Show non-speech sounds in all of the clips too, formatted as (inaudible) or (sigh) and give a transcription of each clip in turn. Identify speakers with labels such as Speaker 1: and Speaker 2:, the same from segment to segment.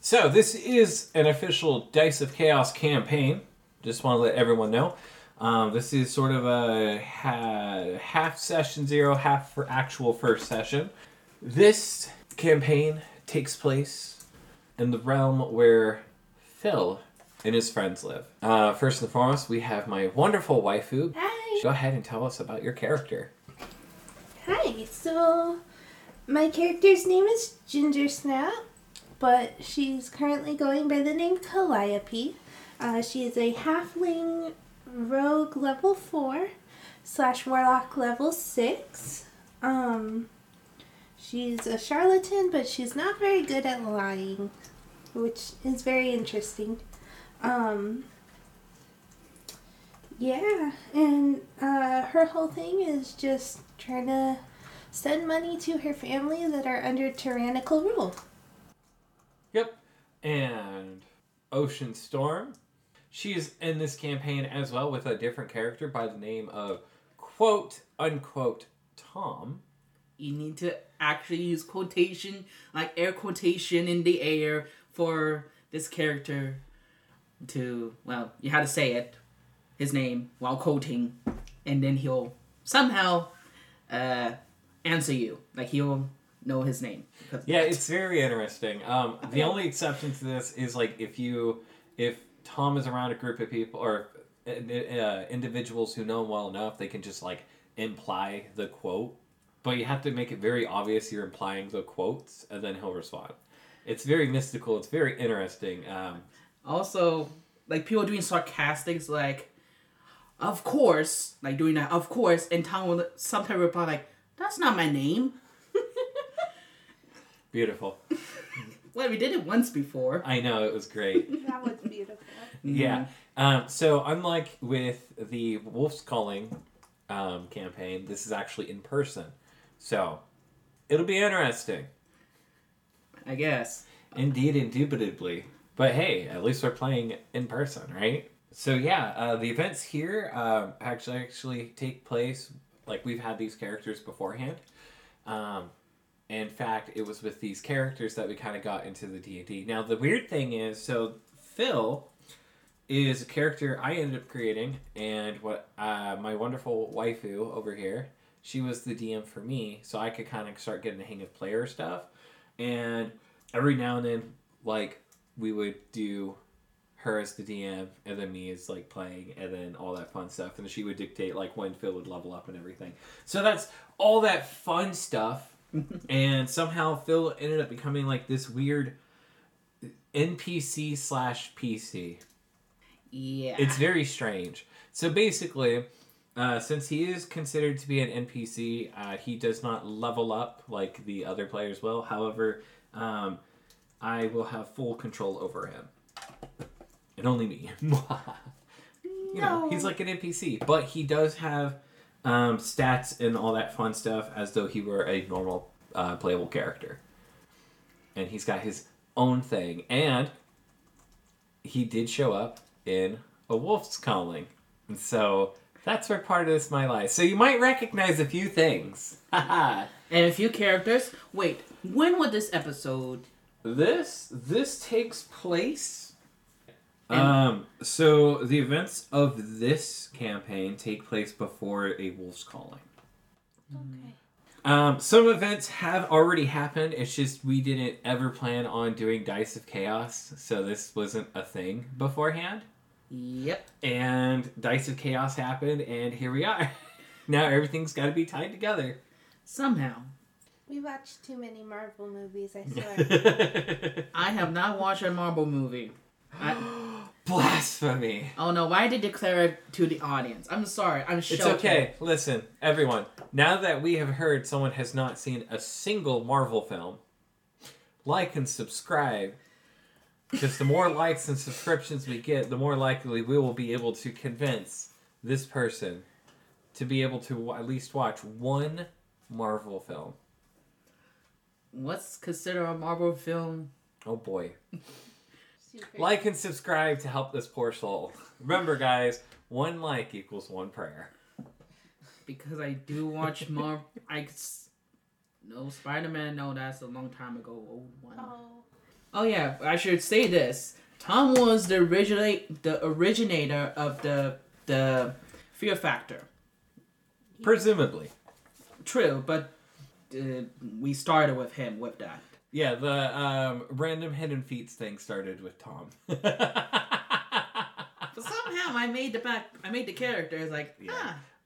Speaker 1: So this is an official Dice of Chaos campaign. Just want to let everyone know. Um, this is sort of a ha- half session zero, half for actual first session. This campaign takes place in the realm where Phil and his friends live. Uh, first and foremost, we have my wonderful waifu.
Speaker 2: Hi.
Speaker 1: Go ahead and tell us about your character.
Speaker 2: Hi. So, my character's name is Ginger Snap, but she's currently going by the name Calliope. Uh, she is a halfling rogue level 4 slash warlock level 6. Um, she's a charlatan, but she's not very good at lying, which is very interesting. Um, Yeah, and uh, her whole thing is just trying to send money to her family that are under tyrannical rule.
Speaker 1: Yep. And Ocean Storm. She is in this campaign as well with a different character by the name of quote unquote Tom.
Speaker 3: You need to actually use quotation, like air quotation in the air for this character to, well, you had to say it, his name, while quoting, and then he'll somehow uh, answer you. Like he'll know his name. because of
Speaker 1: Yeah,
Speaker 3: that.
Speaker 1: it's very interesting. Um, the only exception to this is like if you if Tom is around a group of people or uh, uh, individuals who know him well enough, they can just like imply the quote, but you have to make it very obvious you're implying the quotes, and then he'll respond. It's very mystical. It's very interesting. Um,
Speaker 3: also like people doing sarcastics like of course like doing that of course and tom will sometimes reply like that's not my name
Speaker 1: beautiful.
Speaker 3: well we did it once before
Speaker 1: I know it was great.
Speaker 2: (laughs) That was beautiful.
Speaker 1: Yeah. Um, so unlike with the Wolf's Calling um, campaign, this is actually in person. So it'll be interesting.
Speaker 3: i guess
Speaker 1: Indeed, indubitably. But hey, at least we're playing in person, right? So yeah, uh, the events here um, actually actually take place like we've had these characters beforehand. Um, in fact, it was with these characters that we kind of got into the D and D. Now the weird thing is, so Phil is a character I ended up creating, and what uh, my wonderful waifu over here, she was the DM for me, so I could kind of start getting the hang of player stuff. And every now and then, like we would do her as the DM, and then me as like playing, and then all that fun stuff. And she would dictate like when Phil would level up and everything. So that's all that fun stuff. and somehow Phil ended up becoming like this weird NPC slash PC.
Speaker 3: yeah
Speaker 1: It's very strange. So basically, uh, since he is considered to be an NPC, uh, he does not level up like the other players will. However, um, I will have full control over him. And only me. (laughs) you know, he's like an NPC, but he does have um, stats and all that fun stuff as though he were a normal uh, playable character. And he's got his own thing. And he did show up in A Wolf's Calling. And so that's where part of this might lie. So you might recognize a few things. Haha.
Speaker 3: (laughs) and a few characters wait when was this episode
Speaker 1: this this takes place
Speaker 3: And-
Speaker 1: um so the events of this campaign take place before a wolf's calling
Speaker 2: Okay.
Speaker 1: Um, some events have already happened. It's just we didn't ever plan on doing Dice of Chaos, so this wasn't a thing beforehand.
Speaker 3: yep
Speaker 1: And Dice of Chaos happened, and here we are. (laughs) now everything's got to be tied together. (laughs)
Speaker 3: somehow
Speaker 2: We watched too many Marvel movies,
Speaker 1: (laughs)
Speaker 2: I
Speaker 1: Blasphemy.
Speaker 2: swear.
Speaker 3: i have not watched a marvel movie I, oh no why did I declare it to the audience i'm sorry i'm
Speaker 1: It's
Speaker 3: sheltered.
Speaker 1: okay. Listen, everyone. Now that we have heard someone has not seen a single Marvel film, like and subscribe. Because the more likes and subscriptions we get, the more likely we will be able to convince this person to be able to w- at least watch one Marvel film.
Speaker 3: what's considered a marvel film
Speaker 1: Oh boy.
Speaker 2: Super.
Speaker 1: Like and subscribe to help this poor soul. Remember, guys, one like equals one prayer.
Speaker 3: because I do watch
Speaker 1: (laughs)
Speaker 3: Marvel. I s- no Spider Man. No, that's a long time ago. Old one.
Speaker 2: Oh.
Speaker 3: Oh yeah, I should say this. Tom was the originate the originator of the the fear factor.
Speaker 1: Presumably.
Speaker 3: True, but uh, we started with him with that.
Speaker 1: Yeah, the um, random hidden feats thing started with Tom. (laughs)
Speaker 3: But somehow I made the back I made the characters like
Speaker 1: Yeah.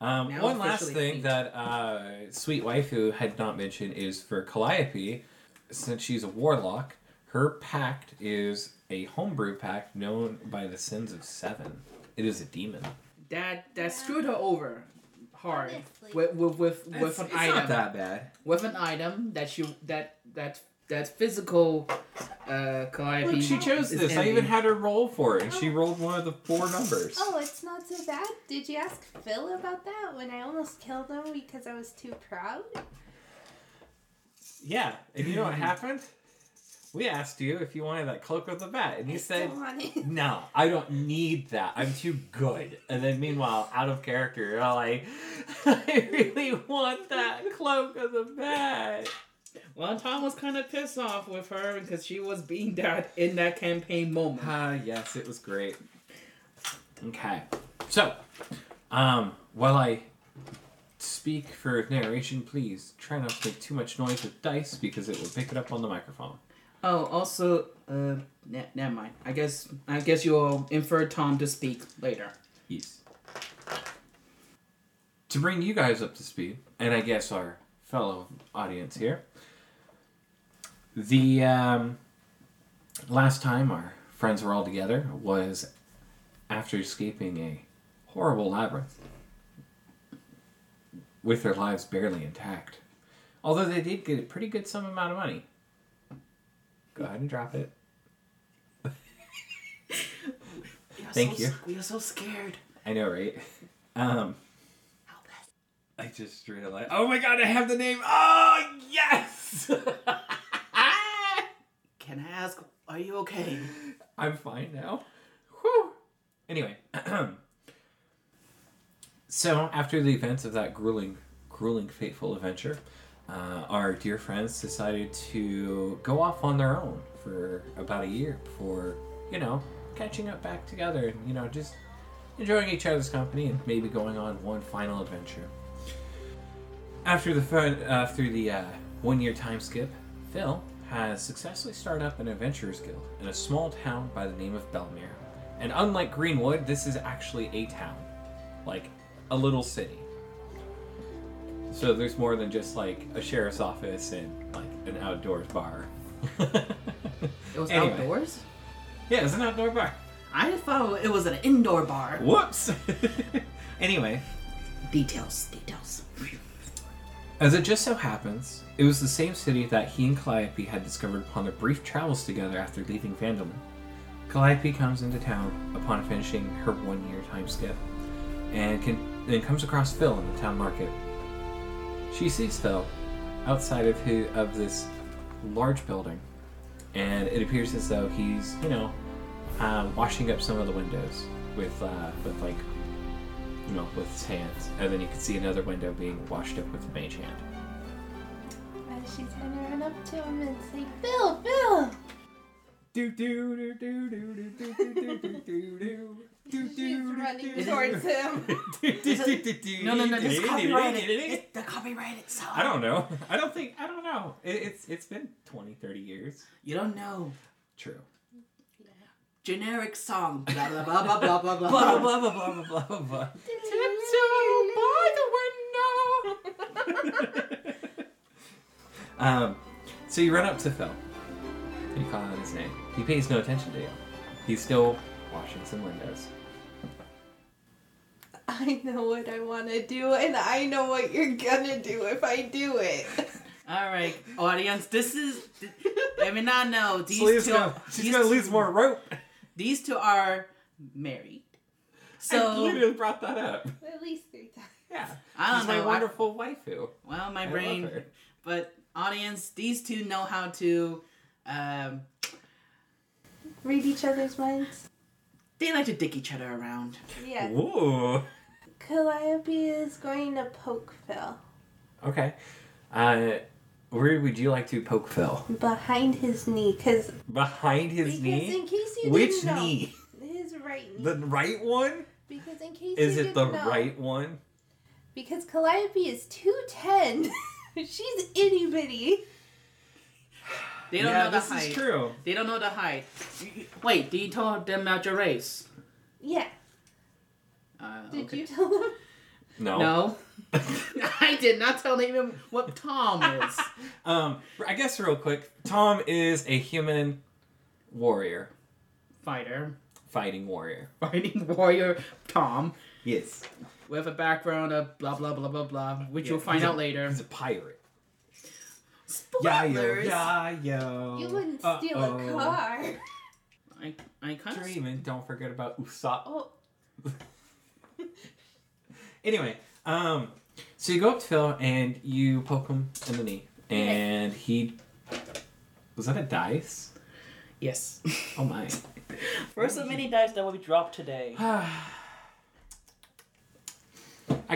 Speaker 3: ah.
Speaker 1: Um,
Speaker 3: Now
Speaker 1: one last
Speaker 3: officially
Speaker 1: thing
Speaker 3: feet.
Speaker 1: that uh, Sweet Waifu had not mentioned is for Calliope, since she's a warlock, her pact is a homebrew pact known by the Sins of Seven. It is a demon.
Speaker 3: That that screwed her over hard
Speaker 2: Honestly.
Speaker 3: with with with, with an item.
Speaker 1: that bad.
Speaker 3: With an item that she that that that physical uh Calliope.
Speaker 1: Look, she chose
Speaker 3: is Oh.
Speaker 1: this. I
Speaker 3: envy.
Speaker 1: even had her roll for it, and she rolled one of the four numbers.
Speaker 2: Oh, it's not so bad. Did you ask Phil about that when I almost killed him because I was too proud?
Speaker 1: Yeah, and you know
Speaker 3: (laughs)
Speaker 1: what happened? We asked you if you wanted that cloak with the bat, and you
Speaker 2: I
Speaker 1: said,
Speaker 2: still want it.
Speaker 1: No, I don't need that. I'm too good. And then meanwhile, out of character, you're all like, (laughs) I really want that cloak of the bat.
Speaker 3: Well, Tom was kind of pissed off with her because she was being that in that campaign moment.
Speaker 1: Ah, yes, it was great. Okay. So, um, while I speak for narration, please try not to make too much noise with dice because it will pick it up on the microphone.
Speaker 3: Oh, also, uh, ne- never mind. I guess I guess you'll infer Tom to speak later.
Speaker 1: Yes. To bring you guys up to speed, and I guess our fellow audience here, the um, last time our friends were all together was after escaping a horrible labyrinth with their lives barely intact. Although they did get a pretty good sum amount of money. Go ahead and drop it. Thank so- you.
Speaker 3: We are so scared.
Speaker 1: I know, right? (laughs) Um, I just realized. Oh my god, I have the name. Oh yes.
Speaker 3: Can I ask? Are you okay?
Speaker 1: (laughs) I'm fine now. Whew. Anyway, (clears throat) so after the events of that grueling, grueling, fateful adventure, uh, our dear friends decided to go off on their own for about a year before, you know, catching up back together and you know just enjoying each other's company and maybe going on one final adventure. After the fun, uh, through the uh, one-year time skip, Phil has successfully started up an adventurers guild in a small town by the name of Belmere. And unlike Greenwood, this is actually a town, like a little city. So there's more than just like a sheriff's office and like an outdoors bar.
Speaker 3: It
Speaker 1: (laughs)
Speaker 3: was
Speaker 1: Anyway.
Speaker 3: outdoors.
Speaker 1: yeah, it's an outdoor bar.
Speaker 3: I thought it was an indoor bar.
Speaker 1: Whoops. (laughs) anyway,
Speaker 3: Details, details.
Speaker 1: As it just so happens, it was the same city that he and Calliope had discovered upon their brief travels together after leaving Vandalman. Calliope comes into town upon finishing her one year time skip and can, and comes across Phil in the town market. She sees Phil outside of, his, of this large building, and it appears as though he's, you know, uh, washing up some of the windows with, uh, with like you know, with his hands, and then you can see another window being washed up with mage hand.
Speaker 2: And she's gonna run up to him and say, Phil, Phil!
Speaker 1: Do do do do do do do do do do do do.
Speaker 2: She's
Speaker 1: (laughs)
Speaker 2: running towards him.
Speaker 3: No, no, no. It's copyrighted.
Speaker 1: I
Speaker 3: It's the copyrighted song.
Speaker 1: don't know. I don't think. I don't know. It, it's it's been 20, 30 years.
Speaker 3: You don't know.
Speaker 1: True.
Speaker 3: Generic song. Blah blah blah blah blah blah blah.
Speaker 1: blah
Speaker 3: blah.
Speaker 1: blah blah blah blah blah. um, so you run up to Phil. You call out his name. He pays no attention to you. He's still washing some windows.
Speaker 2: I know what I wanna do, and I know what you're gonna do if I do it.
Speaker 3: All right, audience. This is. Let me not know. These two. these
Speaker 1: lose more rope.
Speaker 3: These two are married.
Speaker 1: So
Speaker 3: So
Speaker 1: literally brought that up.
Speaker 2: (laughs) At least three times.
Speaker 1: Yeah,
Speaker 3: I
Speaker 1: she's
Speaker 3: don't know.
Speaker 1: my
Speaker 3: I-
Speaker 1: wonderful waifu.
Speaker 3: well, my
Speaker 1: I love
Speaker 3: brain.
Speaker 1: her.
Speaker 3: But audience, these two know how to. Um,
Speaker 2: Read each other's minds.
Speaker 3: they like to dick each other around.
Speaker 2: Yeah.
Speaker 1: Ooh.
Speaker 2: Calliope is going to poke Phil.
Speaker 1: Okay. Uh, Where would you like to poke Phil?
Speaker 2: behind his knee, cause
Speaker 1: Behind his
Speaker 2: because in
Speaker 1: knee?
Speaker 2: case you
Speaker 1: Which
Speaker 2: didn't know,
Speaker 1: knee?
Speaker 2: his right knee.
Speaker 1: The right one?
Speaker 2: because in case
Speaker 1: Is
Speaker 2: you
Speaker 1: it the
Speaker 2: didn't know,
Speaker 1: right one?
Speaker 2: Because Calliope is two ten. (laughs) She's itty bitty.
Speaker 4: They don't
Speaker 1: yeah,
Speaker 4: know the
Speaker 1: this
Speaker 4: height.
Speaker 1: is true.
Speaker 4: They don't know the height. Wait, did you tell them about your race?
Speaker 2: Yeah.
Speaker 4: Uh,
Speaker 2: Did
Speaker 4: okay.
Speaker 2: you tell them?
Speaker 1: No.
Speaker 4: No. (laughs) I did not tell them what Tom is.
Speaker 1: (laughs) Um, I guess real quick, Tom is a human warrior,
Speaker 4: (laughs) Fighter.
Speaker 1: fighting warrior.
Speaker 4: Fighting (laughs) warrior Tom.
Speaker 1: Yes.
Speaker 4: With a background of blah blah blah blah blah, which you'll find out later.
Speaker 1: He's a pirate.
Speaker 4: Spoilers!
Speaker 1: yo.
Speaker 2: You wouldn't steal a car. (laughs)
Speaker 4: I, I kind of
Speaker 1: Dreaming, don't forget about Usopp.
Speaker 2: Oh,
Speaker 1: (laughs) Anyway, um, so you go up to Phil and you poke him in the knee, and he was that a dice?
Speaker 3: Yes.
Speaker 4: (laughs)
Speaker 1: Oh my! (sighs)
Speaker 3: First of many dice that will be dropped today.
Speaker 1: I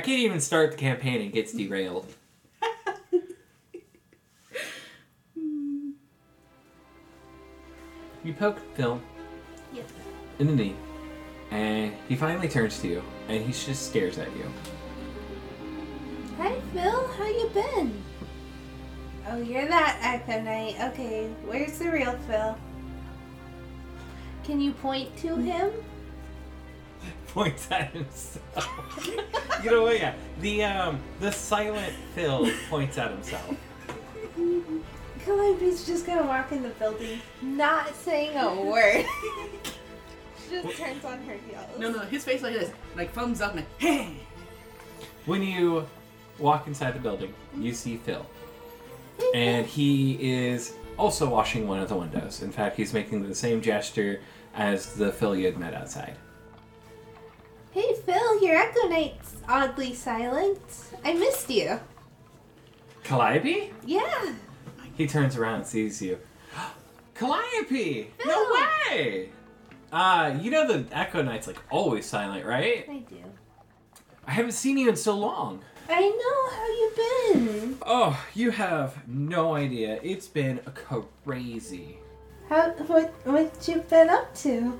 Speaker 1: can't even start the campaign and gets derailed. you poke Phil
Speaker 2: yeah.
Speaker 1: in the knee, and he finally turns to you, and he just stares at you. (laughs)
Speaker 2: Hi, Phil. How you been? Oh, you're that Echo Knight. Okay, where's the real Phil? Mm. Can you point to him?
Speaker 1: Points at himself. you know what? Yeah, the um, the silent Phil points at himself.
Speaker 2: (laughs) Calliope's just gonna walk in the building, not saying a word. (laughs) she just turns on her heels.
Speaker 4: No, no, his face like this, like thumbs up, and like, hey.
Speaker 1: When you walk inside the building, you see Phil. And he is also washing one of the windows. In fact, he's making the same gesture as the Phil you had met outside.
Speaker 2: Hey, Phil. Your Echo Knight's oddly silent. I missed you.
Speaker 1: Calliope?
Speaker 2: Yeah.
Speaker 1: He turns around and sees you. (gasps) Calliope! No
Speaker 2: Phil!
Speaker 1: way! Uh, you know the Echo Knight's like always silent, right?
Speaker 2: I do.
Speaker 1: I haven't seen you in so long.
Speaker 2: I know how you been.
Speaker 1: Oh, you have no idea. It's been crazy.
Speaker 2: How what what you been up to?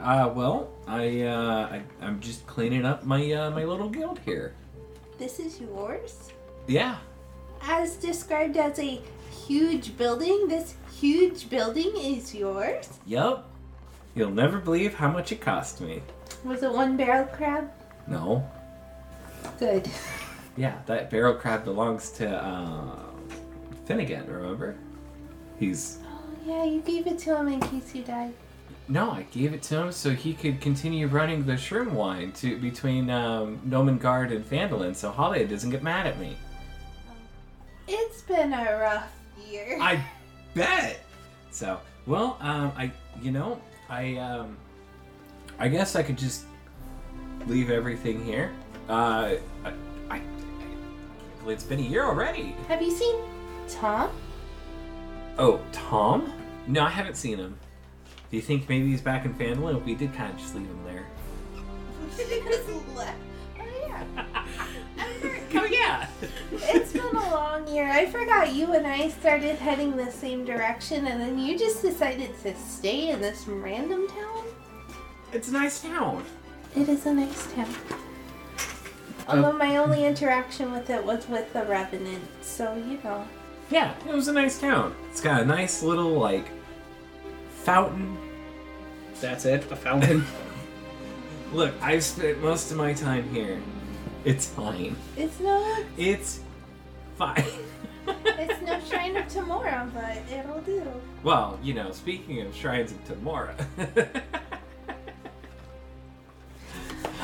Speaker 1: Uh, well, I, uh, I, I'm just cleaning up my, uh, my little guild here.
Speaker 2: This is yours.
Speaker 1: Yeah.
Speaker 2: As described as a huge building, this huge building is yours.
Speaker 1: Yup. You'll never believe how much it cost me.
Speaker 2: Was it one barrel crab?
Speaker 1: No.
Speaker 2: Good.
Speaker 1: Yeah, that barrel crab belongs to, uh, Finnegan, remember? He's.
Speaker 2: Oh yeah, you gave it to him in case you died.
Speaker 1: No, I gave it to him so he could continue running the shroom wine to between um, Nomengard and Phandalin so Holly doesn't get mad at me.
Speaker 2: It's been a rough year.
Speaker 1: I bet. So, well, um, I, you know, I, um, I guess I could just leave everything here. Uh, I, I, it's been a year already.
Speaker 2: Have you seen Tom?
Speaker 1: Oh, Tom? No, I haven't seen him. Do you think maybe he's back in Fandolin? We did kind of just leave him there. (laughs)
Speaker 2: Just left. (laughs) Oh yeah.
Speaker 1: Oh yeah.
Speaker 2: (laughs) It's been a long year. I forgot you and I started heading the same direction, and then you just decided to stay in this random town.
Speaker 1: it's a nice town.
Speaker 2: It is a nice town. Although my only interaction with it was with the Revenant, so you know.
Speaker 1: Yeah, it was a nice town. It's got a nice little like fountain
Speaker 4: That's it, a fountain.
Speaker 1: Look, I've spent most of my time here. It's fine.
Speaker 2: It's no,
Speaker 1: It's fine.
Speaker 2: it's
Speaker 1: (laughs)
Speaker 2: (laughs) no Shrine of Tomorrow, but it'll do.
Speaker 1: well, you know, speaking of shrines of Tamora.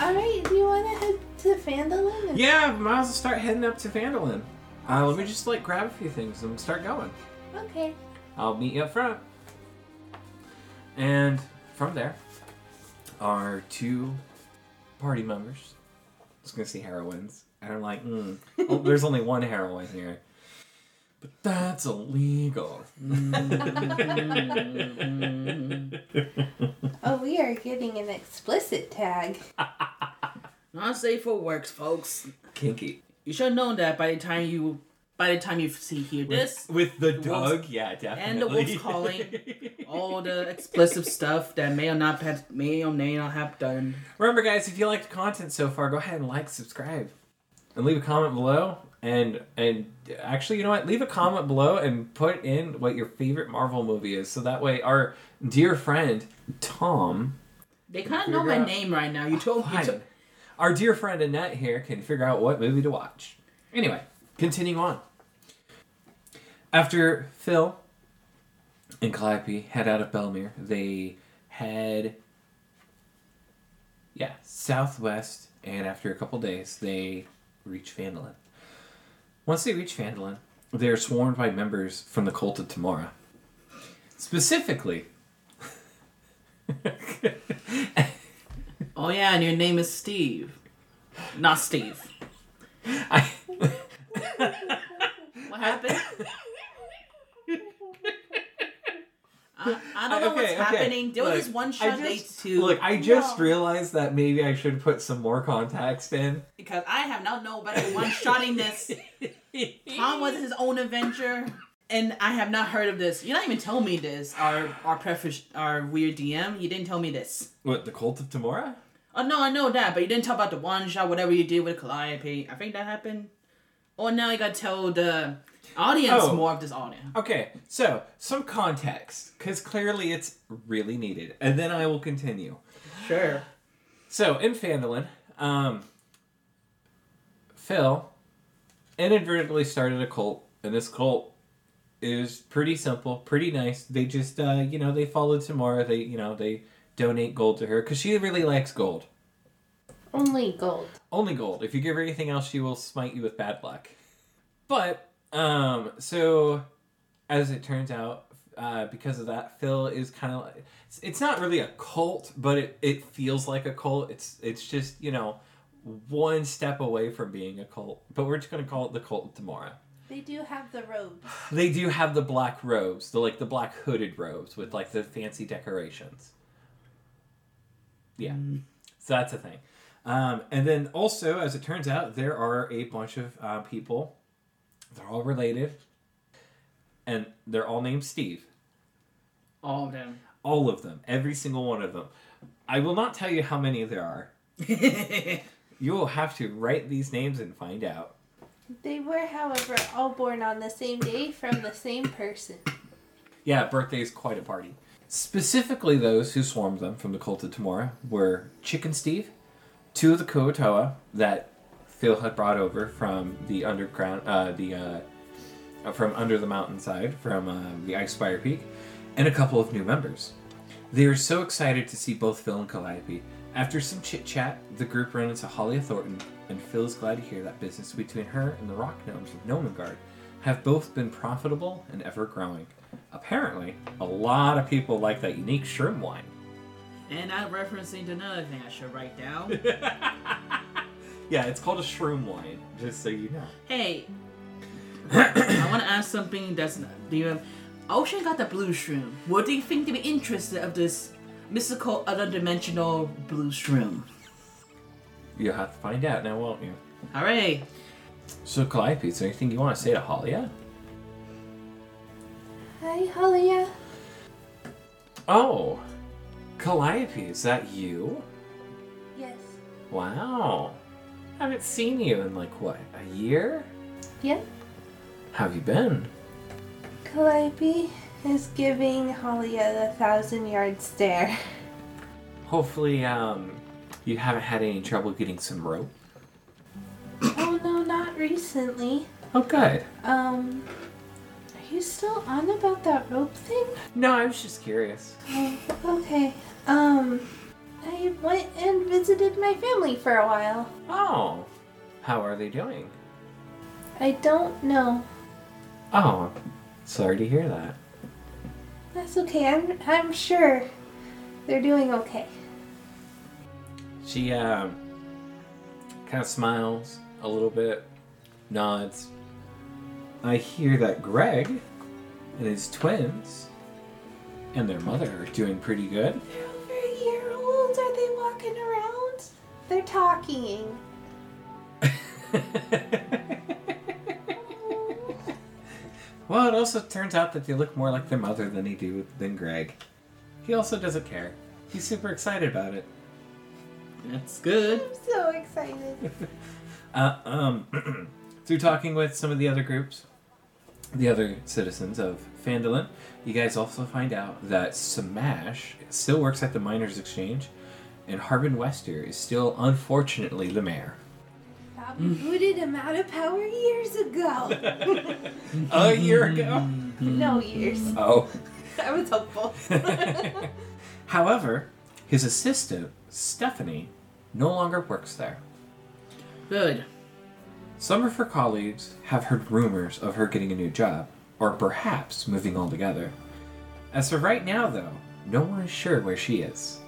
Speaker 2: All right, do you want to head to Phandalin?
Speaker 1: (laughs)
Speaker 2: and-
Speaker 1: yeah, might as well start heading up to Vandalin. Uh, let me just like grab a few things and start going.
Speaker 2: Okay.
Speaker 1: I'll meet you up front. And from there, our two party members. I was gonna say heroines, and I'm like, mm, (laughs) oh, there's only one heroine here, but that's illegal.
Speaker 2: Oh, we are getting an explicit (laughs) tag.
Speaker 4: (laughs) not safe for works, folks.
Speaker 1: Kinky.
Speaker 4: You should have known that by the time you
Speaker 3: by the time you see here this,
Speaker 1: with the
Speaker 3: wolf's-
Speaker 1: dog. Yeah, definitely.
Speaker 3: and the wolf's
Speaker 1: (laughs)
Speaker 3: calling. all the explicit stuff that may or not have, may or may not have done.
Speaker 1: Remember, guys, if you liked content so far, go ahead and like, subscribe, and leave a comment below. And and actually, you know what? Leave a comment below and put in what your favorite Marvel movie is, so that way our dear friend Tom,
Speaker 3: They kind of know my
Speaker 1: Figure out-
Speaker 3: name right now. You told me. To,
Speaker 1: Fine. our dear friend Annette here, can figure out what movie to watch. Anyway, continuing on. After Phil and Calliope head out of Belmere, they head yeah southwest, and after a couple days, they reach Vandalin. Once they reach Vandalin, they are swarmed by members from the Cult of Tamara. Specifically, (laughs)
Speaker 3: oh yeah, and your name is Steve, not Steve.
Speaker 1: I,
Speaker 3: What happened? I, I (laughs) don't know
Speaker 1: Okay,
Speaker 3: what's
Speaker 1: okay.
Speaker 3: happening. There was
Speaker 1: Look,
Speaker 3: this one
Speaker 1: I
Speaker 3: shot they
Speaker 1: just,
Speaker 3: two
Speaker 1: look, I just
Speaker 2: No.
Speaker 1: realized that maybe I should put some more context in.
Speaker 3: because I have not known about the one shotting (laughs) this. Tom was his own adventure, and I have not heard of this. You not even tell me this. Our our preface, our weird DM. You didn't tell me this.
Speaker 1: What, the cult of Tamora?
Speaker 3: Oh no, I know that, but you didn't talk about the one shot, whatever you did with Calliope. I think that happened. Or now you gotta tell the audience
Speaker 1: Oh.
Speaker 3: more of this audience.
Speaker 1: Okay, so some context, because clearly it's really needed. And then I will continue.
Speaker 3: Sure.
Speaker 1: So in Fandolin, um, Phil inadvertently started a cult, and this cult is pretty simple, pretty nice. They just, uh, you know, they follow Tamora. They, you know, they donate gold to her because she really likes gold.
Speaker 2: Only gold.
Speaker 1: Only gold. If you give her anything else, she will smite you with bad luck. But um, so as it turns out, uh, because of that, Phil is kind of like it's, it's not really a cult, but it, it feels like a cult. It's it's just you know one step away from being a cult. But we're just gonna call it the cult of tomorrow.
Speaker 2: They do have the robes.
Speaker 1: They do have the black robes, the like the black hooded robes with like the fancy decorations. Yeah, so that's a thing. Um, and then also, as it turns out, there are a bunch of uh, people. They're all related, and they're all named Steve.
Speaker 3: All of them.
Speaker 1: All of them, every single one of them. I will not tell you how many there are. You will have to write these names and find out.
Speaker 2: They were, however, all born on the same day from the same person.
Speaker 1: Yeah, birthday is quite a party. Specifically, those who swarmed them from the cult of Tamora were Chicken Steve, two of the Kuotoa that Phil had brought over from the underground, uh, the uh, uh, from under the mountainside, from uh, the Ice Spire Peak, and a couple of new members. They are so excited to see both Phil and Calliope. After some chit chat, the group ran into Holly Thornton, and Phil is glad to hear that business between her and the rock gnomes of Nomengard have both been profitable and ever growing. Apparently, a lot of people like that unique shrimp wine.
Speaker 3: And I'm referencing to another thing I should write down.
Speaker 1: Yeah, it's called a shroom wine, just so you know.
Speaker 3: hey, I want to ask something that's not. Do you have, Ocean got the blue shroom. What do you think to be interested of this mystical other dimensional blue shroom?
Speaker 1: You'll have to find out now, won't you?
Speaker 3: Hooray!
Speaker 1: So, Calliope, is there anything you want to say to Halia?
Speaker 2: Hi, Halia.
Speaker 1: Oh, Calliope, is that you?
Speaker 2: Yes.
Speaker 1: Wow. Haven't seen you in like what, a year?
Speaker 2: Yep.
Speaker 1: How have you been?
Speaker 2: Calliope is giving Halia the thousand yard (laughs) stare.
Speaker 1: Hopefully, um, you haven't had any trouble getting some rope.
Speaker 2: oh no, not recently.
Speaker 1: Oh, good.
Speaker 2: Um, are you still on about that rope thing?
Speaker 1: No, I was just curious.
Speaker 2: Oh, okay. Um, I went and visited my family for a while.
Speaker 1: Oh, how are they doing?
Speaker 2: I don't know.
Speaker 1: Oh, sorry to hear that.
Speaker 2: That's okay. I'm I'm sure they're doing okay.
Speaker 1: She um, kind of smiles a little bit, nods. I hear that Greg and his twins and their mother are doing pretty good.
Speaker 2: They're over a year old. Are they walking around? They're talking.
Speaker 1: (laughs) Well, it also turns out that they look more like their mother than they do than Greg. He also doesn't care. He's super excited about it.
Speaker 4: That's good.
Speaker 2: I'm so excited.
Speaker 1: Uh, um, (clears throat) through talking with some of the other groups, the other citizens of Fandolin, you guys also find out that Smash still works at the Miners Exchange, and Harbin Wester is still, unfortunately, the mayor.
Speaker 2: Thought we booted him out of power years
Speaker 4: (laughs)
Speaker 2: ago.
Speaker 1: A year ago.
Speaker 2: no
Speaker 4: (laughs)
Speaker 2: years.
Speaker 1: Oh.
Speaker 2: I was hopeful.
Speaker 1: (laughs) However, his assistant, Stephanie, no longer works there.
Speaker 4: Good.
Speaker 1: Some of her colleagues have heard rumors of her getting a new job, or perhaps moving altogether. As for right now, though, no one is sure where she is.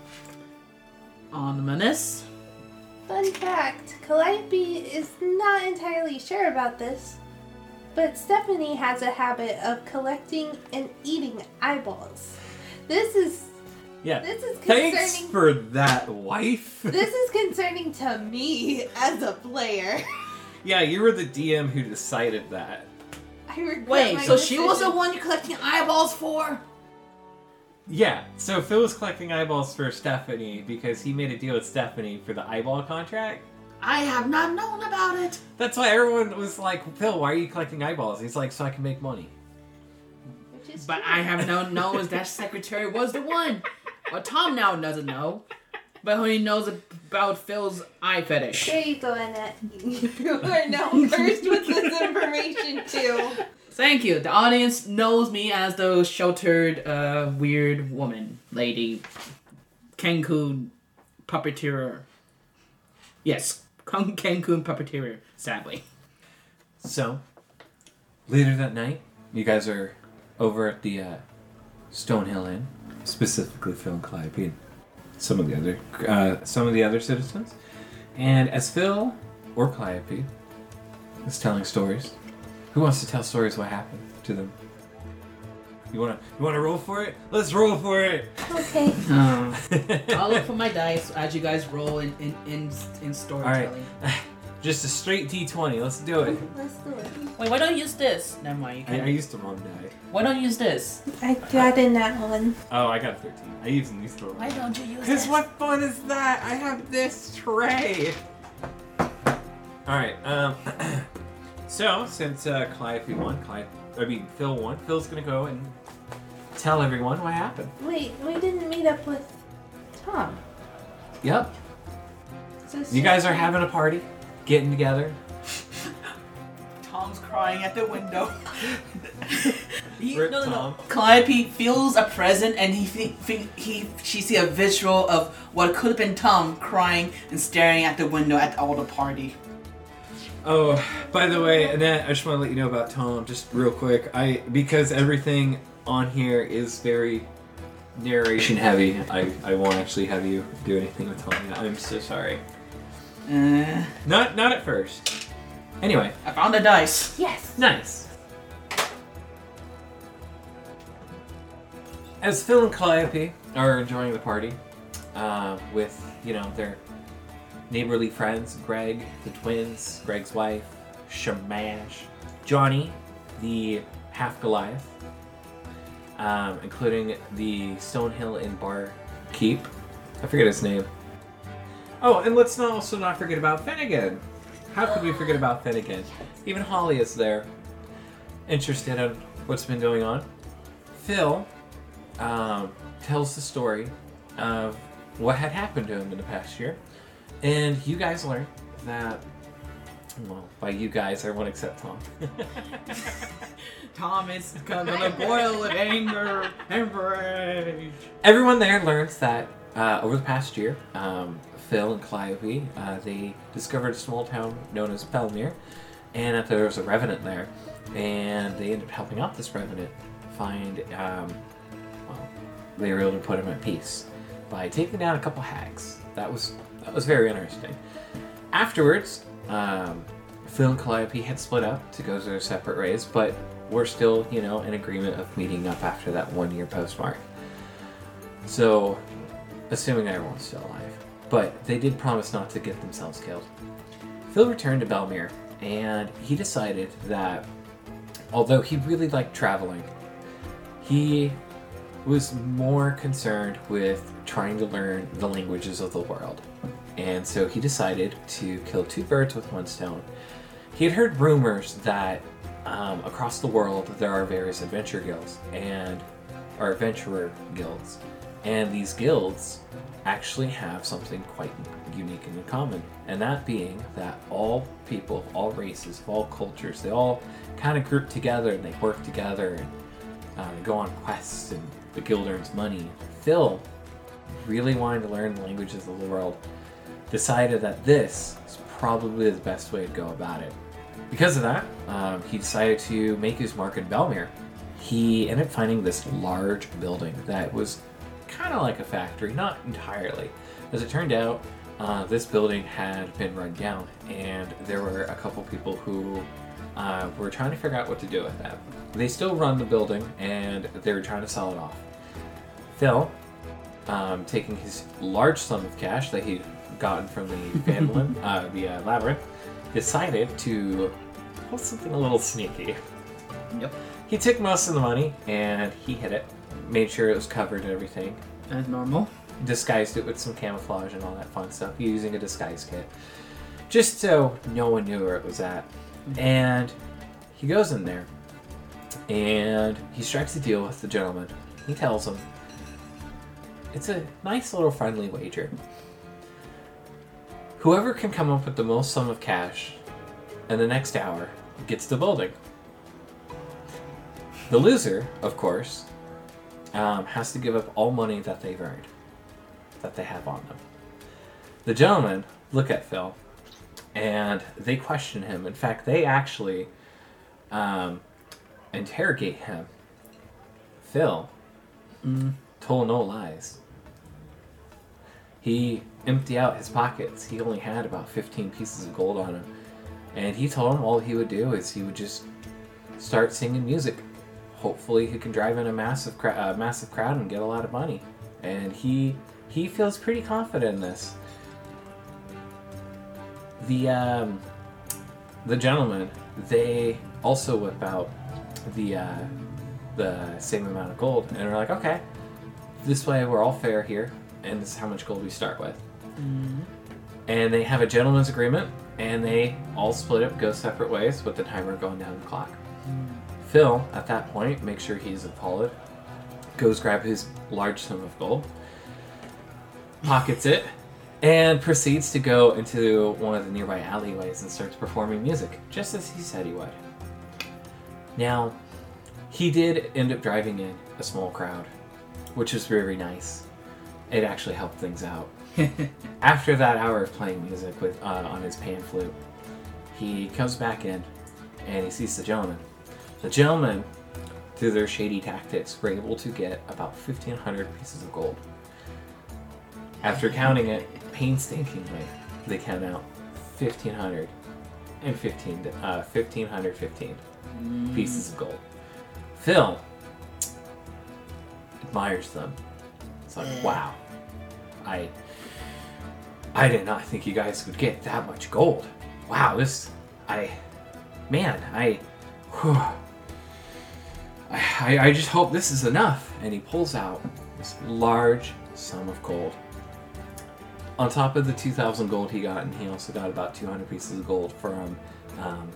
Speaker 4: Ominous.
Speaker 2: Fun fact Calliope is not entirely sure about this, but Stephanie has a habit of collecting and eating eyeballs. This is
Speaker 1: Yeah.
Speaker 2: This is
Speaker 1: Thanks
Speaker 2: concerning.
Speaker 1: for that, wife.
Speaker 2: (laughs) this is concerning to me as a player.
Speaker 1: (laughs) yeah, you were the DM who decided that.
Speaker 2: I regret
Speaker 4: Wait,
Speaker 2: my
Speaker 4: so she was the
Speaker 2: decision.
Speaker 4: one you're collecting eyeballs for?
Speaker 1: Yeah, so Phil was collecting eyeballs for Stephanie because he made a deal with Stephanie for the eyeball contract.
Speaker 4: I have not known about it.
Speaker 1: That's why everyone was like, Phil, why are you collecting eyeballs? He's like, so I can make money.
Speaker 2: Which is
Speaker 4: But
Speaker 2: true.
Speaker 4: I have now known as that secretary was the one. Well, Tom now doesn't know, but he knows about Phil's eye fetish.
Speaker 2: There you go, Annette. You are now (laughs) first with this information
Speaker 4: (laughs)
Speaker 2: too.
Speaker 4: Thank you. The audience knows me as the sheltered, uh, weird woman, lady, Cancun puppeteer. Yes, Can- Cancun puppeteer. Sadly,
Speaker 1: So, later that night, you guys are over at the uh, Stonehill Inn, specifically Phil and Calliope and some of the other uh, some of the other citizens. And as Phil or Calliope is telling stories, who wants to tell stories what happened to them? You wanna you wanna roll for it? Let's roll for it. (laughs)
Speaker 2: Okay.
Speaker 1: Oh.
Speaker 4: uh, I'll
Speaker 1: All
Speaker 4: look for my dice as you guys roll in in in, in
Speaker 1: right,
Speaker 4: storytelling.
Speaker 1: just a straight D20. Let's do it.
Speaker 2: Let's do it.
Speaker 3: Wait, why don't you use this?
Speaker 4: Never mind. You
Speaker 1: I, I
Speaker 4: can.
Speaker 1: used the wrong die.
Speaker 3: Why don't you use this?
Speaker 2: I got in that one.
Speaker 1: Oh, I got a 13. I used the used the wrong.
Speaker 3: Why don't you use
Speaker 1: Because
Speaker 3: this?
Speaker 1: what fun is that? I have this tray. All right. Um. (clears throat) so since uh, Calliope won, Calliope, I mean Phil won. Phil's gonna go and tell everyone what happened.
Speaker 2: Wait, we didn't meet up with Tom.
Speaker 1: Yep.
Speaker 2: So
Speaker 1: You guys are having a party, getting together.
Speaker 3: Tom's crying at the window.
Speaker 4: (laughs)
Speaker 3: he,
Speaker 1: Rip
Speaker 3: no, no, no.
Speaker 1: Tom.
Speaker 3: Calliope feels a present, and he thi- thi- he she see a visual of what could have been Tom crying and staring at the window at all the party.
Speaker 1: Oh, by the way, Annette, I just want to let you know about Tom, just real quick. I because everything on here is very narration heavy. I I won't actually have you do anything with Tom. yet. I'm so sorry.
Speaker 3: Uh,
Speaker 1: Not not at first. Anyway,
Speaker 3: I found the dice.
Speaker 2: Yes.
Speaker 1: nice. As Phil and Calliope are enjoying the party uh, with, you know, their neighborly friends, Greg, the twins, Greg's wife, Shamash, Johnny, the half Goliath, um, including the Stonehill Inn bar keep. I forget his name. Oh, and let's not also not forget about Finnegan. How could we forget about Finnegan? Even Holly is there, interested in what's been going on. Phil um, tells the story of what had happened to him in the past year, and you guys learn that. Well, by you guys, everyone except Tom. (laughs)
Speaker 4: Tom is gonna boil of (laughs) anger and rage.
Speaker 1: Everyone there learns that uh, over the past year, um, Phil and Calliope uh, they discovered a small town known as Belmere, and that there was a revenant there, and they ended up helping out this revenant find. Um, well, they were able to put him at peace by taking down a couple hags. That was that was very interesting. Afterwards, um, Phil and Calliope had split up to go their separate ways, but we're still, you know, in agreement of meeting up after that one year postmark. So, assuming everyone's still alive, but they did promise not to get themselves killed. Phil returned to Belmere, and he decided that Although he really liked traveling, he was more concerned with trying to learn the languages of the world. And so he decided to kill two birds with one stone. He had heard rumors that um, across the world there are various adventure guilds and or adventurer guilds, and these guilds actually have something quite unique and in common, and that being that all people, of all races, of all cultures, they all kind of group together and they work together and uh, go on quests and the guild earns money. Phil, really wanting to learn the languages of the world, decided that this is probably the best way to go about it. Because of that, um, he decided to make his mark in Belmere. He ended up finding this large building that was kind of like a factory, not entirely. As it turned out, uh, this building had been run down, and there were a couple people who uh, were trying to figure out what to do with that. They still run the building, and they were trying to sell it off. Phil, um, taking his large sum of cash that he'd gotten from the Vandalin, uh, the uh, Labyrinth, decided to pull something a little sneaky.
Speaker 4: Yep.
Speaker 1: He took most of the money and he hid it, made sure it was covered and everything,
Speaker 4: As normal.
Speaker 1: disguised it with some camouflage and all that fun stuff, using a disguise kit, just so no one knew where it was at. And he goes in there and he strikes a deal with the gentleman. He tells him it's a nice little friendly wager. Whoever can come up with the most sum of cash in the next hour gets the building. The loser, of course, um, has to give up all money that they've earned, that they have on them. The gentlemen look at Phil and they question him. In fact, they actually um, interrogate him. Phil told no lies. He emptied out his pockets. He only had about 15 pieces of gold on him. And he told him all he would do is he would just start singing music. Hopefully, he can drive in a massive, cra- uh, massive crowd and get a lot of money. And he he feels pretty confident in this. The um, the gentlemen they also whip out the uh, the same amount of gold, and are like, okay, this way we're all fair here, and this is how much gold we start with. And they have a gentleman's agreement, and they all split up, go separate ways, with the timer going down the clock. Phil, at that point, makes sure he's appalled, goes grab his large sum of gold, pockets it, and proceeds to go into one of the nearby alleyways and starts performing music, just as he said he would. Now, he did end up driving in a small crowd, which was very nice. It actually helped things out. After that hour of playing music with uh, on his pan flute, he comes back in and he sees the gentleman. The gentleman, through their shady tactics, were able to get about 1,500 pieces of gold. After counting it painstakingly, they count out 1,500 and 15, uh, 1,515 pieces of gold. Phil admires them. It's like, wow, I I did not think you guys would get that much gold. Wow, this I man, I whew. (sighs) I, I just hope this is enough. And he pulls out this large sum of gold. On top of the 2,000 gold he got, and he also got about 200 pieces of gold from um,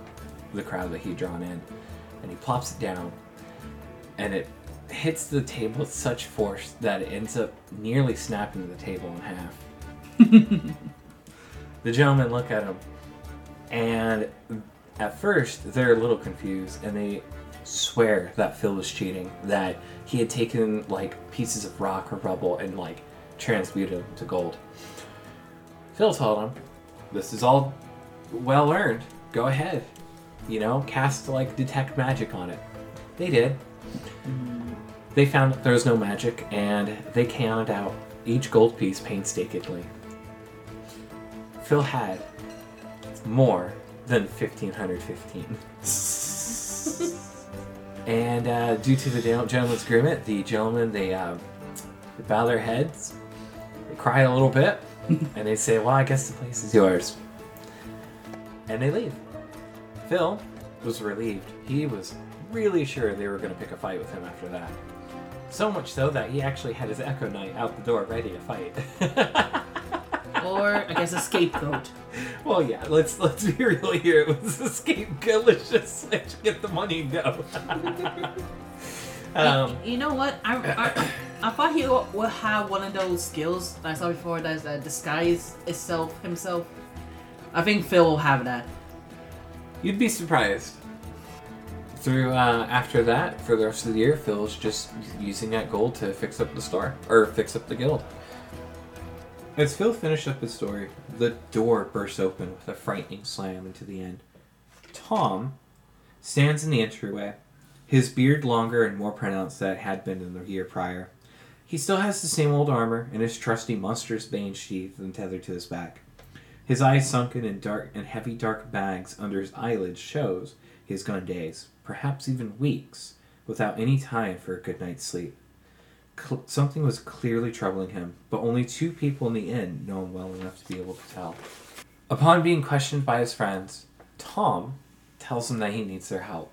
Speaker 1: the crowd that he'd drawn in. And he plops it down, and it hits the table with such force that it ends up nearly snapping the table in half. the gentlemen look at him, and at first they're a little confused and they swear that Phil was cheating, that he had taken like pieces of rock or rubble and like transmuted them to gold. Phil told him, This is all well earned. Go ahead. You know, cast like detect magic on it. They did. They found that there was no magic and they counted out each gold piece painstakingly. Phil had more than 1515. and uh, due to the gen- gentleman's agreement, the gentlemen they, uh, they bow their heads, they cry a little bit, and they say, "Well, I guess the place is yours," and they leave. Phil was relieved. He was really sure they were going to pick a fight with him after that. So much so that he actually had his Echo Knight out the door ready to fight. (laughs)
Speaker 4: Or I guess a scapegoat.
Speaker 1: well, yeah, let's let's be real here. It was a scapegoat. Let's just let's get the money and go. (laughs) um,
Speaker 4: you know what? I, I, I thought he will will have one of those skills that I saw before that's uh, disguise itself himself. I think Phil will have (laughs) that.
Speaker 1: You'd be surprised. Through uh, after that, for the rest of the year, Phil's just using that gold to fix up the store or fix up the guild. As Phil finished up his story, the door bursts open with a frightening slam into the end. Tom stands in the entryway, his beard longer and more pronounced than it had been in the year prior. He still has the same old armor and his trusty monstrous bane sheath and tethered to his back. His eyes sunken in dark and heavy dark bags under his eyelids shows he has gone days, perhaps even weeks, without any time for a good night's sleep. Cl- something was clearly troubling him, but only two people in the inn know him well enough to be able to tell. Upon being questioned by his friends, Tom tells him that he needs their help.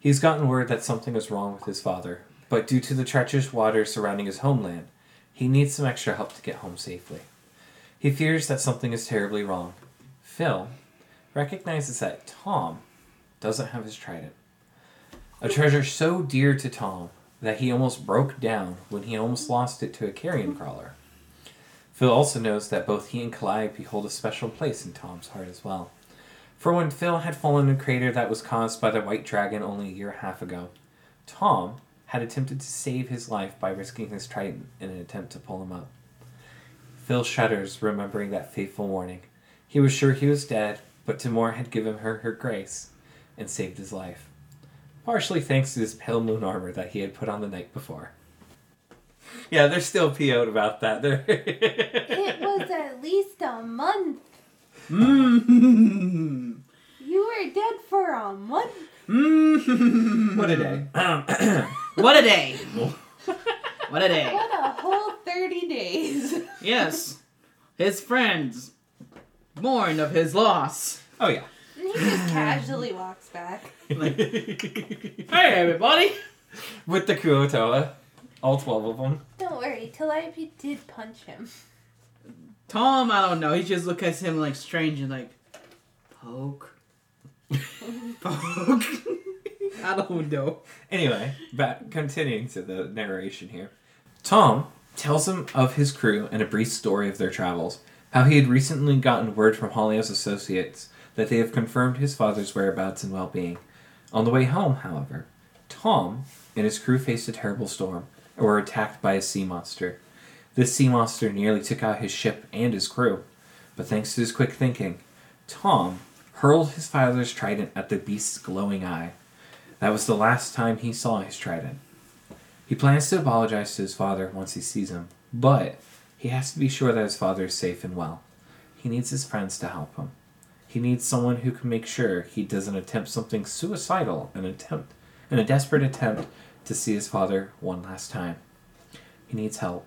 Speaker 1: He's gotten word that something is wrong with his father, but due to the treacherous waters surrounding his homeland, he needs some extra help to get home safely. He fears that something is terribly wrong. Phil recognizes that Tom doesn't have his trident. A treasure so dear to Tom that he almost broke down when he almost lost it to a carrion crawler. Phil also knows that both he and Calliope hold a special place in Tom's heart as well. For when Phil had fallen in a crater that was caused by the white dragon only a year and a half ago, Tom had attempted to save his life by risking his trident in an attempt to pull him up. Phil shudders, remembering that fateful morning. He was sure he was dead, but Timor had given her her grace and saved his life, partially thanks to his pale moon armor that he had put on the night before. Yeah, they're still PO'd about that. (laughs) They're
Speaker 2: It was at least a month.
Speaker 1: Hmm.
Speaker 4: Mmm.
Speaker 2: You were dead for a month.
Speaker 4: Mmm.
Speaker 1: what a day.
Speaker 4: What a day. What a day.
Speaker 2: What a whole 30 days.
Speaker 4: Yes. His friends mourn of his loss.
Speaker 1: (clears throat) oh yeah.
Speaker 2: And (laughs) he just casually walks back.
Speaker 4: Hey, everybody.
Speaker 1: (laughs) With the Kuotoa, all twelve of them.
Speaker 2: Don't worry, Calliope did punch him.
Speaker 4: Tom, I don't know. He just look at him like strange and like, (laughs) poke, poke. I don't know.
Speaker 1: Anyway, back continuing to the narration here. Tom tells him of his crew and a brief story of their travels, how he had recently gotten word from Hollio's associates that they have confirmed his father's whereabouts and well being. On the way home, however, Tom and his crew faced a terrible storm and were attacked by a sea monster. This sea monster nearly took out his ship and his crew, but thanks to his quick thinking, Tom hurled his father's trident at the beast's glowing eye. That was the last time he saw his trident. He plans to apologize to his father once he sees him, but he has to be sure that his father is safe and well. He needs his friends to help him. He needs someone who can make sure he doesn't attempt something suicidal an attempt in a desperate attempt to see his father one last time. He needs help.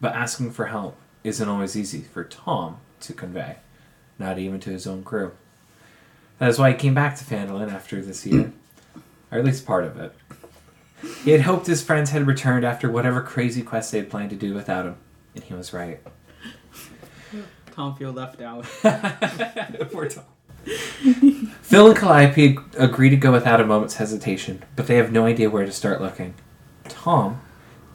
Speaker 1: But asking for help isn't always easy for Tom to convey, not even to his own crew. That is why he came back to Fandolin after this year or at least part of it. He had hoped his friends had returned after whatever crazy quest they had planned to do without him, and he was right.
Speaker 4: Tom feel left out.
Speaker 1: Poor Tom. Phil and Calliope agree to go without a moment's hesitation, but they have no idea where to start looking. Tom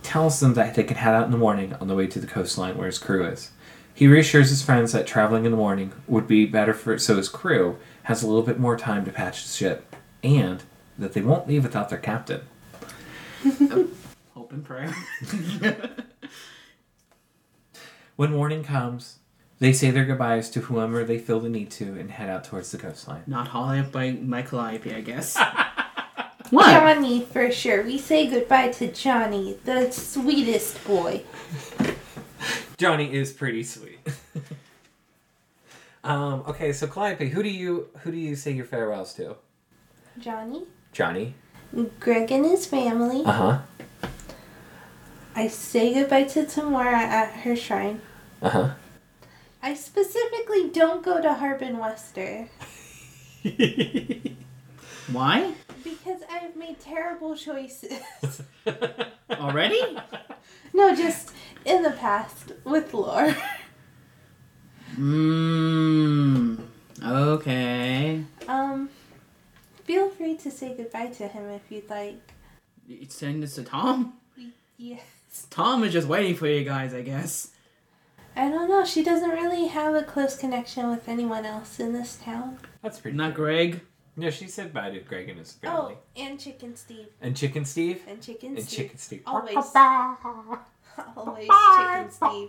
Speaker 1: tells them that they can head out in the morning on the way to the coastline where his crew is. He reassures his friends that traveling in the morning would be better for so his crew has a little bit more time to patch the ship, and that they won't leave without their captain.
Speaker 4: Hope and prayer.
Speaker 1: When morning comes, they say their goodbyes to whomever they feel the need to and head out towards the coastline.
Speaker 4: Not Holly up by my Calliope, I (laughs) guess.
Speaker 2: Johnny, for sure. We say goodbye to Johnny, the sweetest boy.
Speaker 1: Johnny is pretty (laughs) sweet. um, okay, so Calliope, who do you who do you say your farewells to?
Speaker 2: Johnny?
Speaker 1: Johnny.
Speaker 2: Greg and his family.
Speaker 1: Uh huh.
Speaker 2: I say goodbye to Tamara at her shrine.
Speaker 1: Uh huh.
Speaker 2: I specifically don't go to Harbin Wester
Speaker 4: Why?
Speaker 2: because because I've made terrible choices.
Speaker 4: Already?
Speaker 2: no, just in the past with lore.
Speaker 4: Mmm. Okay.
Speaker 2: Um, feel free to say goodbye to him if you'd like.
Speaker 4: You send this to Tom?
Speaker 2: Yes.
Speaker 4: Tom is just waiting for you guys, I guess.
Speaker 2: I don't know. She doesn't really have a close connection with anyone else in this town.
Speaker 1: That's pretty.
Speaker 4: Not
Speaker 1: good.
Speaker 4: Greg.
Speaker 1: No, she said bye to Greg and his
Speaker 2: Oh,
Speaker 1: family.
Speaker 2: and Chicken Steve.
Speaker 1: And Chicken Steve.
Speaker 2: And Chicken
Speaker 1: And
Speaker 2: Steve.
Speaker 1: Chicken Steve.
Speaker 2: Always. (laughs) Always Chicken Steve.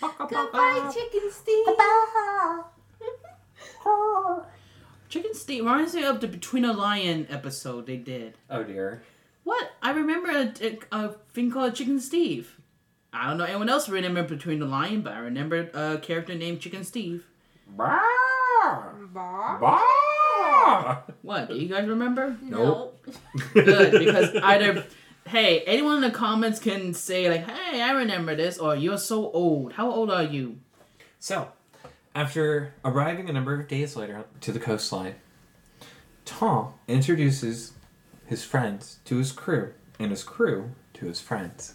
Speaker 2: Goodbye, Chicken Steve.
Speaker 4: Chicken Steve reminds me of the Between a Lion episode they did.
Speaker 1: Oh dear.
Speaker 4: What? I remember a, a, a thing called Chicken Steve. I don't know anyone else remember Between the Lion, but I remember a character named Chicken Steve. What? Do you guys remember?
Speaker 1: Nope.
Speaker 4: Good, because either, hey, anyone in the comments can say, like, hey, I remember this, or you're so old. How old are you?
Speaker 1: So, after arriving a number of days later to the coastline, Tom introduces his friends to his crew and his crew to his friends.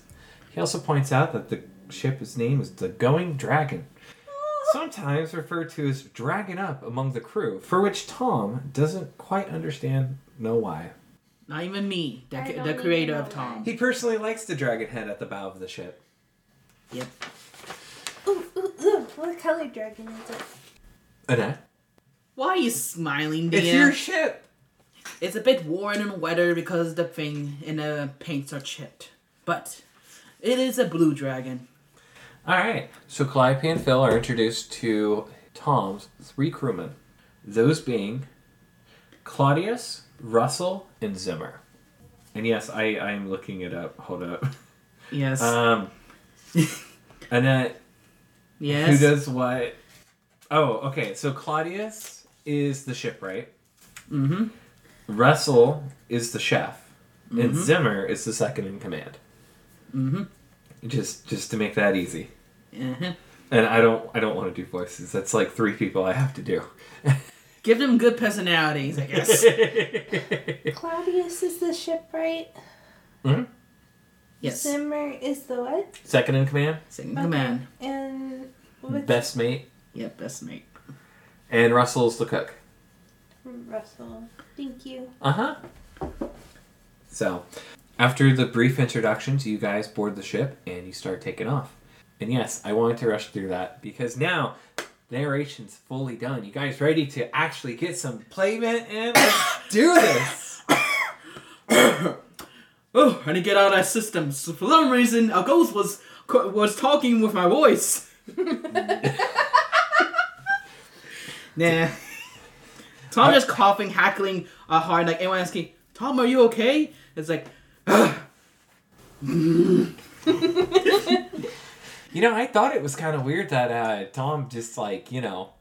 Speaker 1: He also points out that the ship's name is the Going Dragon, sometimes referred to as Dragon Up among the crew, for which Tom doesn't quite understand know why.
Speaker 4: Not even me, the,
Speaker 2: I don't
Speaker 4: the
Speaker 2: even
Speaker 4: creator
Speaker 2: know
Speaker 4: of Tom.
Speaker 1: He personally likes the dragon head at the bow of the ship.
Speaker 4: Yep.
Speaker 2: Ooh, ooh, ooh. (laughs) What color dragon is it?
Speaker 1: Annette?
Speaker 4: Why are you smiling,
Speaker 1: It's
Speaker 4: dear?
Speaker 1: your ship!
Speaker 4: It's a bit worn and weathered because the thing and the paints are chipped. But it is a blue dragon.
Speaker 1: All right. So Calliope and Phil are introduced to Tom's three crewmen, those being Claudius, Russell, and Zimmer. And yes, I I am looking it up. Hold up.
Speaker 4: Yes.
Speaker 1: (laughs) Um, Annette,
Speaker 4: yes.
Speaker 1: who does what? Oh, okay. So Claudius is the shipwright.
Speaker 4: mm-hmm.
Speaker 1: Russell is the chef, and Zimmer is the second in command.
Speaker 4: Mm-hmm.
Speaker 1: Just just to make that easy.
Speaker 4: Uh-huh.
Speaker 1: And I don't I don't want to do voices. That's like three people I have to do.
Speaker 4: (laughs) Give them good personalities, I
Speaker 1: (laughs)
Speaker 4: (laughs) guess.
Speaker 2: Claudius is the shipwright.
Speaker 4: yes.
Speaker 2: Zimmer is the what?
Speaker 1: Second in command,
Speaker 4: Second command.
Speaker 2: And what's
Speaker 1: best mate,
Speaker 4: Yep, best mate.
Speaker 1: and Russell's the cook.
Speaker 2: Russell? Thank you.
Speaker 1: Uh huh. So, after the brief introductions, you guys board the ship and you start taking off. And yes, I wanted to rush through that because now narration's fully done. You guys ready to actually get some playment and do this?
Speaker 4: Oh, I need to get out of that system. So for some reason, a ghost was was talking with my (laughs) voice. nah. Tom just coughing, hackling uh, hard, like anyone asking, Tom, are you okay? It's like,
Speaker 1: You know, I thought it was kind of weird that uh, Tom just like you know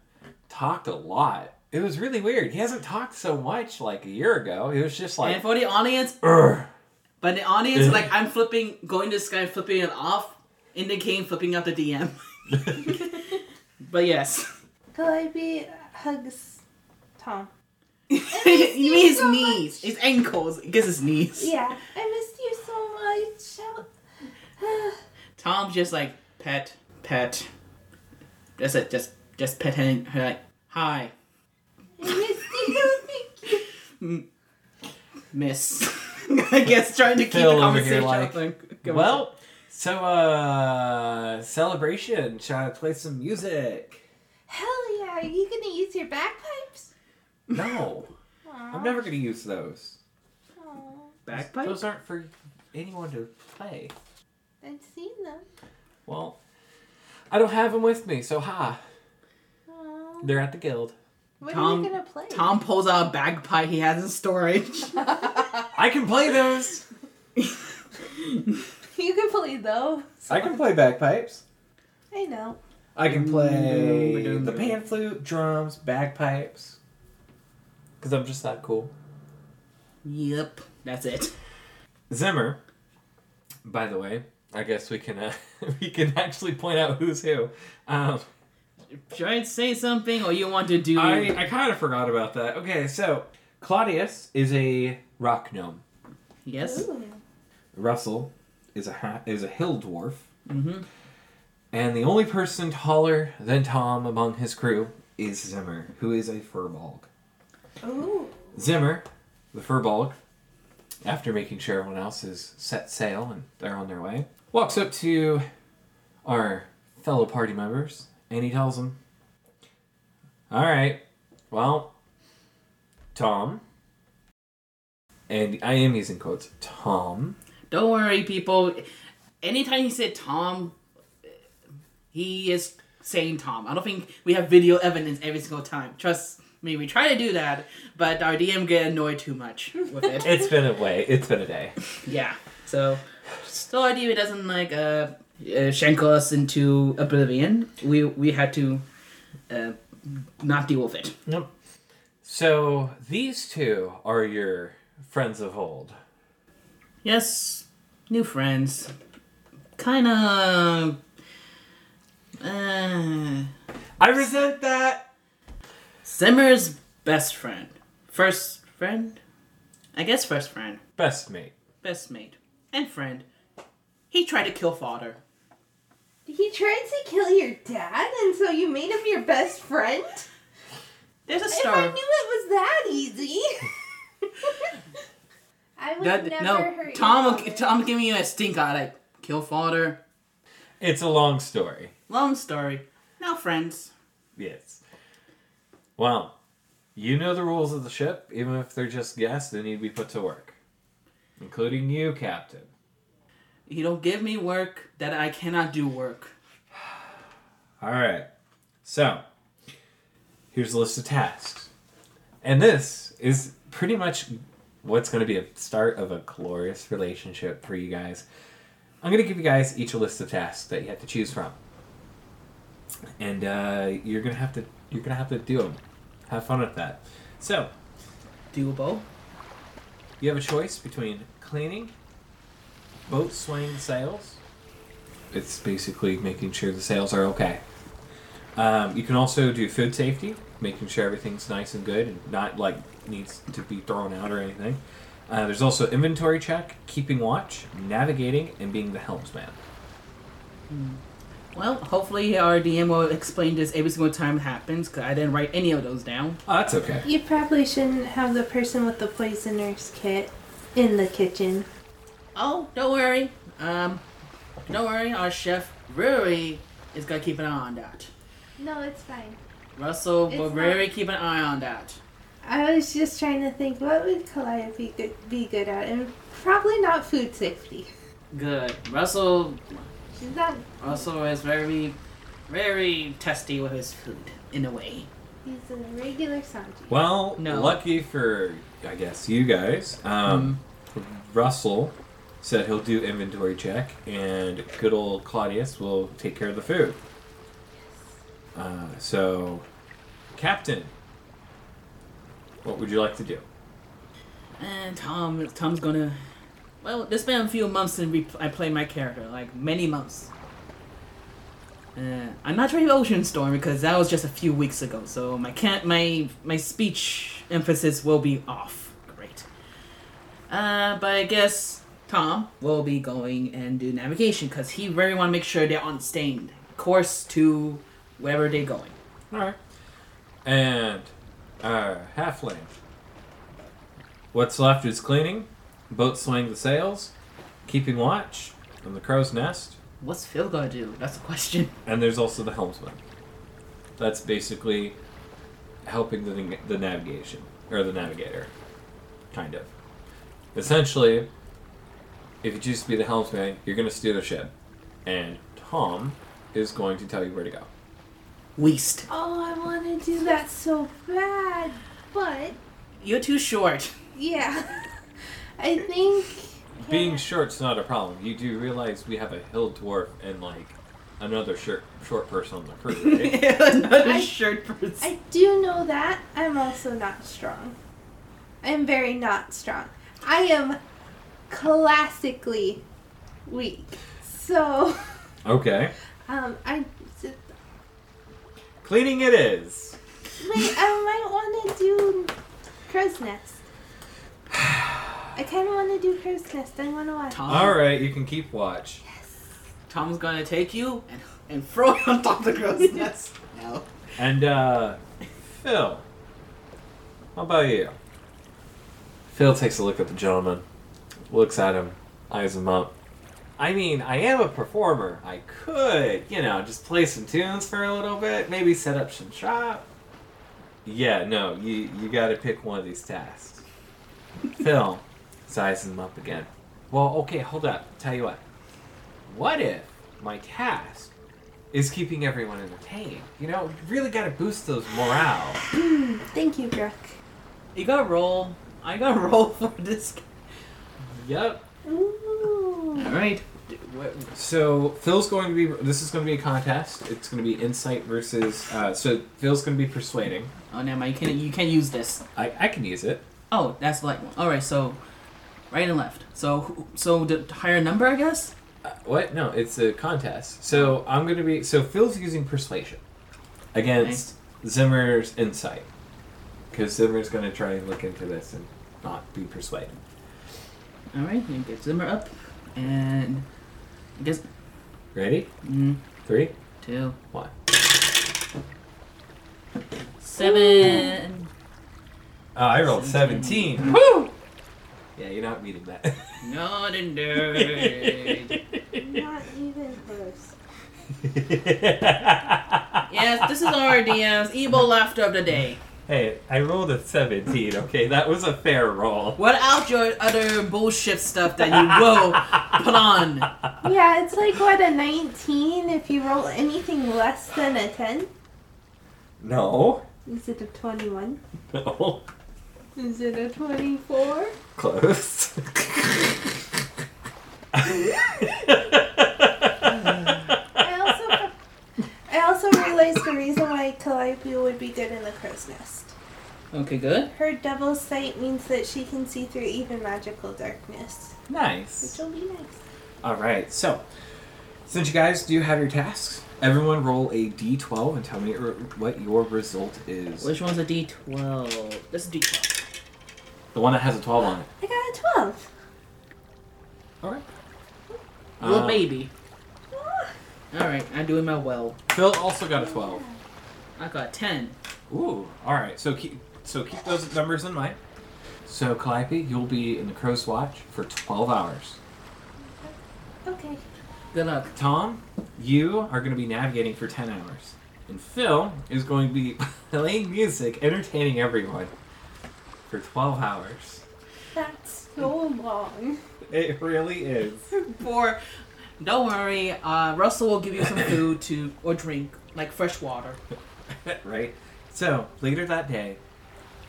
Speaker 1: talked a lot. It was really weird. He hasn't talked so much like a year ago. It was just
Speaker 4: and
Speaker 1: like.
Speaker 4: for the audience,
Speaker 1: "Urgh."
Speaker 4: but the audience, like, I'm flipping, going to Sky, flipping it off, indicating flipping up the DM.
Speaker 1: (laughs)
Speaker 4: but yes.
Speaker 2: Calliope hugs Tom.
Speaker 4: (laughs) you mean his
Speaker 2: so
Speaker 4: knees, his ankles, I guess his knees.
Speaker 2: Yeah, I missed you so much. Oh,
Speaker 4: Tom's just like pet, pet. That's it. Just just pet him. Her like hi,
Speaker 2: (sighs) I missed you. (laughs) Thank you.
Speaker 4: miss. (laughs) I guess trying to keep
Speaker 1: Phil
Speaker 4: the
Speaker 1: over
Speaker 4: conversation
Speaker 1: here, like,
Speaker 4: going.
Speaker 1: Well, so uh celebration. Shall I play some music?
Speaker 2: Hell yeah! Are you gonna use your bagpipes?
Speaker 1: No.
Speaker 2: Aw,
Speaker 1: I'm never gonna use those.
Speaker 2: aw.
Speaker 4: bagpipes.
Speaker 1: Those aren't for anyone to play.
Speaker 2: I've seen them.
Speaker 1: Well, I don't have them with me, so ha.
Speaker 2: Aw.
Speaker 1: They're at the guild.
Speaker 2: What
Speaker 4: Tom-
Speaker 2: are you gonna play?
Speaker 4: Tom pulls out a bagpipe he has in storage. (laughs)
Speaker 1: I can play those.
Speaker 2: (laughs) You can play those.
Speaker 1: I can play bagpipes.
Speaker 2: I know.
Speaker 1: I can play the pan flute, drums, bagpipes. Cause I'm just that cool.
Speaker 4: yep, that's it.
Speaker 1: Zimmer, (laughs) by the way, I guess we can uh, we can actually point out who's who. Um,
Speaker 4: should I say something or you want to do?
Speaker 1: I, I kind of forgot about that. Okay, so Claudius is a rock gnome.
Speaker 4: yes.
Speaker 1: Russell is a ha- is a hill dwarf,
Speaker 4: Mm-hmm.
Speaker 1: and the only person taller than Tom among his crew is Zimmer, who is a furbolg.
Speaker 2: Ooh.
Speaker 1: Zimmer, the furbolg, after making sure everyone else has set sail and they're on their way, walks up to our fellow party members and he tells them, "All right, well, Tom." And I am using quotes. Tom
Speaker 4: Don't worry, people. Anytime he said Tom, he is saying Tom. I don't think we have video evidence every single time. Trust me, we try to do that, but our DM get annoyed too much with
Speaker 1: (laughs)
Speaker 4: it.
Speaker 1: it's been a way. It's been a day.
Speaker 4: yeah. So, so our DM doesn't like uh, uh shankle us into oblivion. We we had to uh, not deal with it.
Speaker 1: Nope. So these two are your friends of old.
Speaker 4: Yes, new friends. Kind of. Uh,
Speaker 1: I resent that.
Speaker 4: Zimmer's best friend. First friend? I guess first friend.
Speaker 1: Best mate.
Speaker 4: Best mate. And friend. He tried to kill father.
Speaker 2: He tried to kill your dad, and so you made him your best friend?
Speaker 4: There's a
Speaker 2: If I knew
Speaker 4: star.
Speaker 2: it was that easy. (laughs) I would
Speaker 4: That-
Speaker 2: never
Speaker 4: no,
Speaker 2: hurt
Speaker 4: Tom,
Speaker 2: you.
Speaker 4: will- Tom giving you a stink eye like, kill father.
Speaker 1: It's a long story.
Speaker 4: Long story. Now (laughs) friends.
Speaker 1: Yes. Well, you know the rules of the ship. Even if they're just guests, they need to be put to work, including you, Captain.
Speaker 4: You don't give me work that I cannot do work.
Speaker 1: All right. So, here's a list of tasks. And this is pretty much what's going to be a start of a glorious relationship for you guys. I'm going to give you guys each a list of tasks that you have to choose from. And uh, you're going to have to you're going to have to do them. Have fun with that. So,
Speaker 4: Doable.
Speaker 1: you have a choice between cleaning, boat swaying sails. It's basically making sure the sails are okay. Um, you can also do food safety, making sure everything's nice and good and not like needs to be thrown out or anything. Uh, there's also inventory check, keeping watch, navigating, and being the helmsman.
Speaker 4: Well, hopefully our DM will explain this every single time it happens, because I didn't write any of those down.
Speaker 1: Oh, that's okay.
Speaker 2: You probably shouldn't have the person with the poisoner's kit in the kitchen.
Speaker 4: Oh, don't worry. Um, don't worry. Our chef really is gonna keep an eye on that.
Speaker 2: No, it's fine.
Speaker 4: Russell
Speaker 2: It's
Speaker 4: will
Speaker 2: not-
Speaker 4: really keep an eye on that.
Speaker 2: I was just trying to think what would Kalia be good, be good at, and probably not food safety.
Speaker 4: Good. Russell.
Speaker 2: She's not.
Speaker 4: Russell is very, very testy with his food in a way.
Speaker 2: He's a regular Sanji.
Speaker 1: Well,
Speaker 4: No.
Speaker 1: lucky for I guess you guys. Um, Russell said he'll do inventory check, and good old Claudius will take care of the food. Uh, so, Captain, what would you like to do?
Speaker 4: And Tom, Tom's gonna. Well, it's been a few months since we, I played my character, like many months. Uh, I'm not trying Ocean Storm because that was just a few weeks ago, so my can't my my speech emphasis will be off. Great. Uh, but I guess Tom will be going and do navigation because he really want to make sure they're on stained course to wherever they're going.
Speaker 1: All right. And our halfling. What's left is cleaning, boat swaying the sails, keeping watch on the crow's nest,
Speaker 4: What's Phil gonna do? That's the question.
Speaker 1: And there's also the helmsman. That's basically helping the, the navigation, or the navigator. Kind of. Essentially, if you choose to be the helmsman, you're going to steer the ship. And Tom is going to tell you where to go.
Speaker 4: Weast.
Speaker 2: Oh, I want to do that so bad, but
Speaker 4: You're too short. (laughs)
Speaker 2: yeah, (laughs) I think
Speaker 1: Being short's not a problem. You do realize we have a hill dwarf and, like, another short, short person on the crew,
Speaker 3: (laughs)
Speaker 1: right?
Speaker 4: Another
Speaker 2: I-
Speaker 4: shirt person.
Speaker 2: I do know that I'm also not strong. I'm very not strong. I am classically weak. So, (laughs)
Speaker 1: okay.
Speaker 2: um, I
Speaker 1: Cleaning it is.
Speaker 2: Wait, I might want to do crow's nest. I kind of want to do crow's nest. I want to watch.
Speaker 4: Tom,
Speaker 1: All right, you can keep watch.
Speaker 4: Tom's gonna take you and, and throw you on top of the crow's nest.
Speaker 3: No.
Speaker 1: And uh, Phil, how about you? Phil takes a look at the gentleman, looks at him, eyes him up. I mean, I am a performer. I could, you know, just play some tunes for a little bit, maybe set up some shop. Yeah, no, you you got to pick one of these (laughs) tasks. Phil sizes him up again. Well, okay, hold up. Tell you what. What if my task is keeping everyone entertained. You know, you really gotta boost those morale.
Speaker 2: (clears throat) Thank you, Brooke.
Speaker 4: You gotta roll. I gotta (laughs) roll for this.
Speaker 1: Yep.
Speaker 2: Ooh.
Speaker 4: All right. D- wh-
Speaker 1: So Phil's going to be. This is going to be a contest. It's going to be insight versus. Uh, so Phil's going to be persuading.
Speaker 4: Oh, never mind. You can you can use this.
Speaker 1: I, I can use it.
Speaker 4: Oh, that's the light one. All right, so right and left. So who- so the higher number, I guess.
Speaker 1: Uh, what? No, it's a contest. So I'm going to be. So Phil's using persuasion against Zimmer's insight because Zimmer's going to try and look into this and not be persuaded.
Speaker 4: All right, you get Zimmer up, and I guess
Speaker 1: Ready?
Speaker 4: mm,
Speaker 1: Three,
Speaker 4: two,
Speaker 1: one.
Speaker 4: seven.
Speaker 1: Oh, I rolled
Speaker 4: Seventeen.
Speaker 1: seventeen.
Speaker 4: Woo!
Speaker 1: Yeah, you're not beating that. (laughs)
Speaker 4: Not a nerd.
Speaker 2: Not even close.
Speaker 4: (laughs) yes, this is our DM's evil laughter of the day. (laughs)
Speaker 1: Hey, I rolled a 17, okay? That was a fair roll.
Speaker 4: What out your other bullshit stuff that you will put on?
Speaker 2: Yeah, it's like what a 19 if you roll anything less than a 10.
Speaker 1: (laughs) No.
Speaker 2: Is it a 21?
Speaker 1: No.
Speaker 2: Is it a 24?
Speaker 1: Close. (laughs)
Speaker 2: I also I also realized the reason why Calliope would be good in the crow's nest.
Speaker 4: Okay, good.
Speaker 2: Her devil's sight means that she can see through even magical darkness, which
Speaker 1: nice.
Speaker 2: will be nice.
Speaker 1: Alright, so, since you guys do have your tasks, everyone roll a d12 and tell me your- what your result is.
Speaker 4: Which one's a D twelve? This is D twelve.
Speaker 1: The one that has a 12 on it.
Speaker 2: I got a 12.
Speaker 1: Alright. Uh,
Speaker 4: Little baby.
Speaker 2: Ah,
Speaker 4: All right, I'm doing my well.
Speaker 1: Phil also got a 12.
Speaker 4: I got ten.
Speaker 1: Ooh, all right. So keep so keep those numbers in mind. So Calliope, you'll be in the Crow's Watch for twelve hours.
Speaker 2: Okay.
Speaker 4: Good (laughs) luck.
Speaker 1: Tom, you are going to be navigating for ten hours, and Phil is going to be (laughs) playing music, entertaining everyone for twelve hours.
Speaker 2: That's so long.
Speaker 1: It really is.
Speaker 4: For, don't worry. Uh, Russell will give you some food to or drink, like fresh water.
Speaker 1: (laughs) right? So, later that day,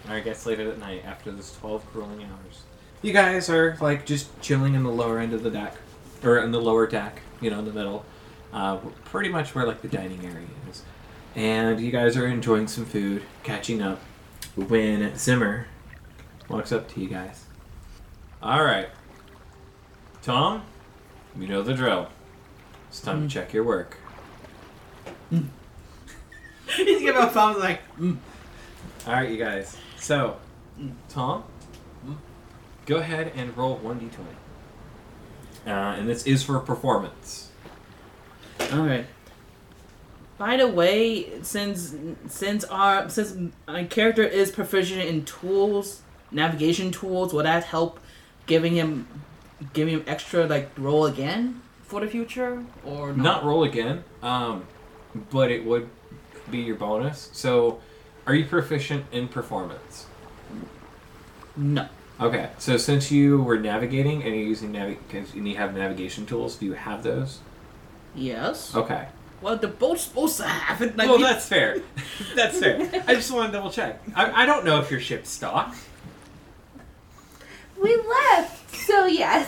Speaker 1: or I guess later that night, after those 12 grueling hours, you guys are like just chilling in the lower end of the deck, or in the lower deck, you know, in the middle, uh, pretty much where like the dining area is. And you guys are enjoying some food, catching up, when Zimmer walks up to you guys. All right. Tom, you know the drill. It's time to check your work.
Speaker 4: He's giving a thumbs like.
Speaker 1: All right, you guys. So, Tom, Hmm? go ahead and roll one d20. Uh, and this is for performance.
Speaker 4: All right. By the way, since since our since my character is proficient in tools, navigation tools, will that help giving him giving him extra like roll again for the future or no?
Speaker 1: Not roll again, um, but it would be your bonus. So, are you proficient in performance?
Speaker 4: No.
Speaker 1: Okay. So, since you were navigating and you're using navi- and you have navigation tools, do you have those?
Speaker 4: Yes.
Speaker 1: Okay.
Speaker 4: Well, the boat's supposed to have it. Like,
Speaker 1: Well,
Speaker 4: you-
Speaker 1: that's fair. (laughs) that's fair. I just want to double check. I, I don't know if your ship's (laughs) stocked.
Speaker 2: We left, so yes.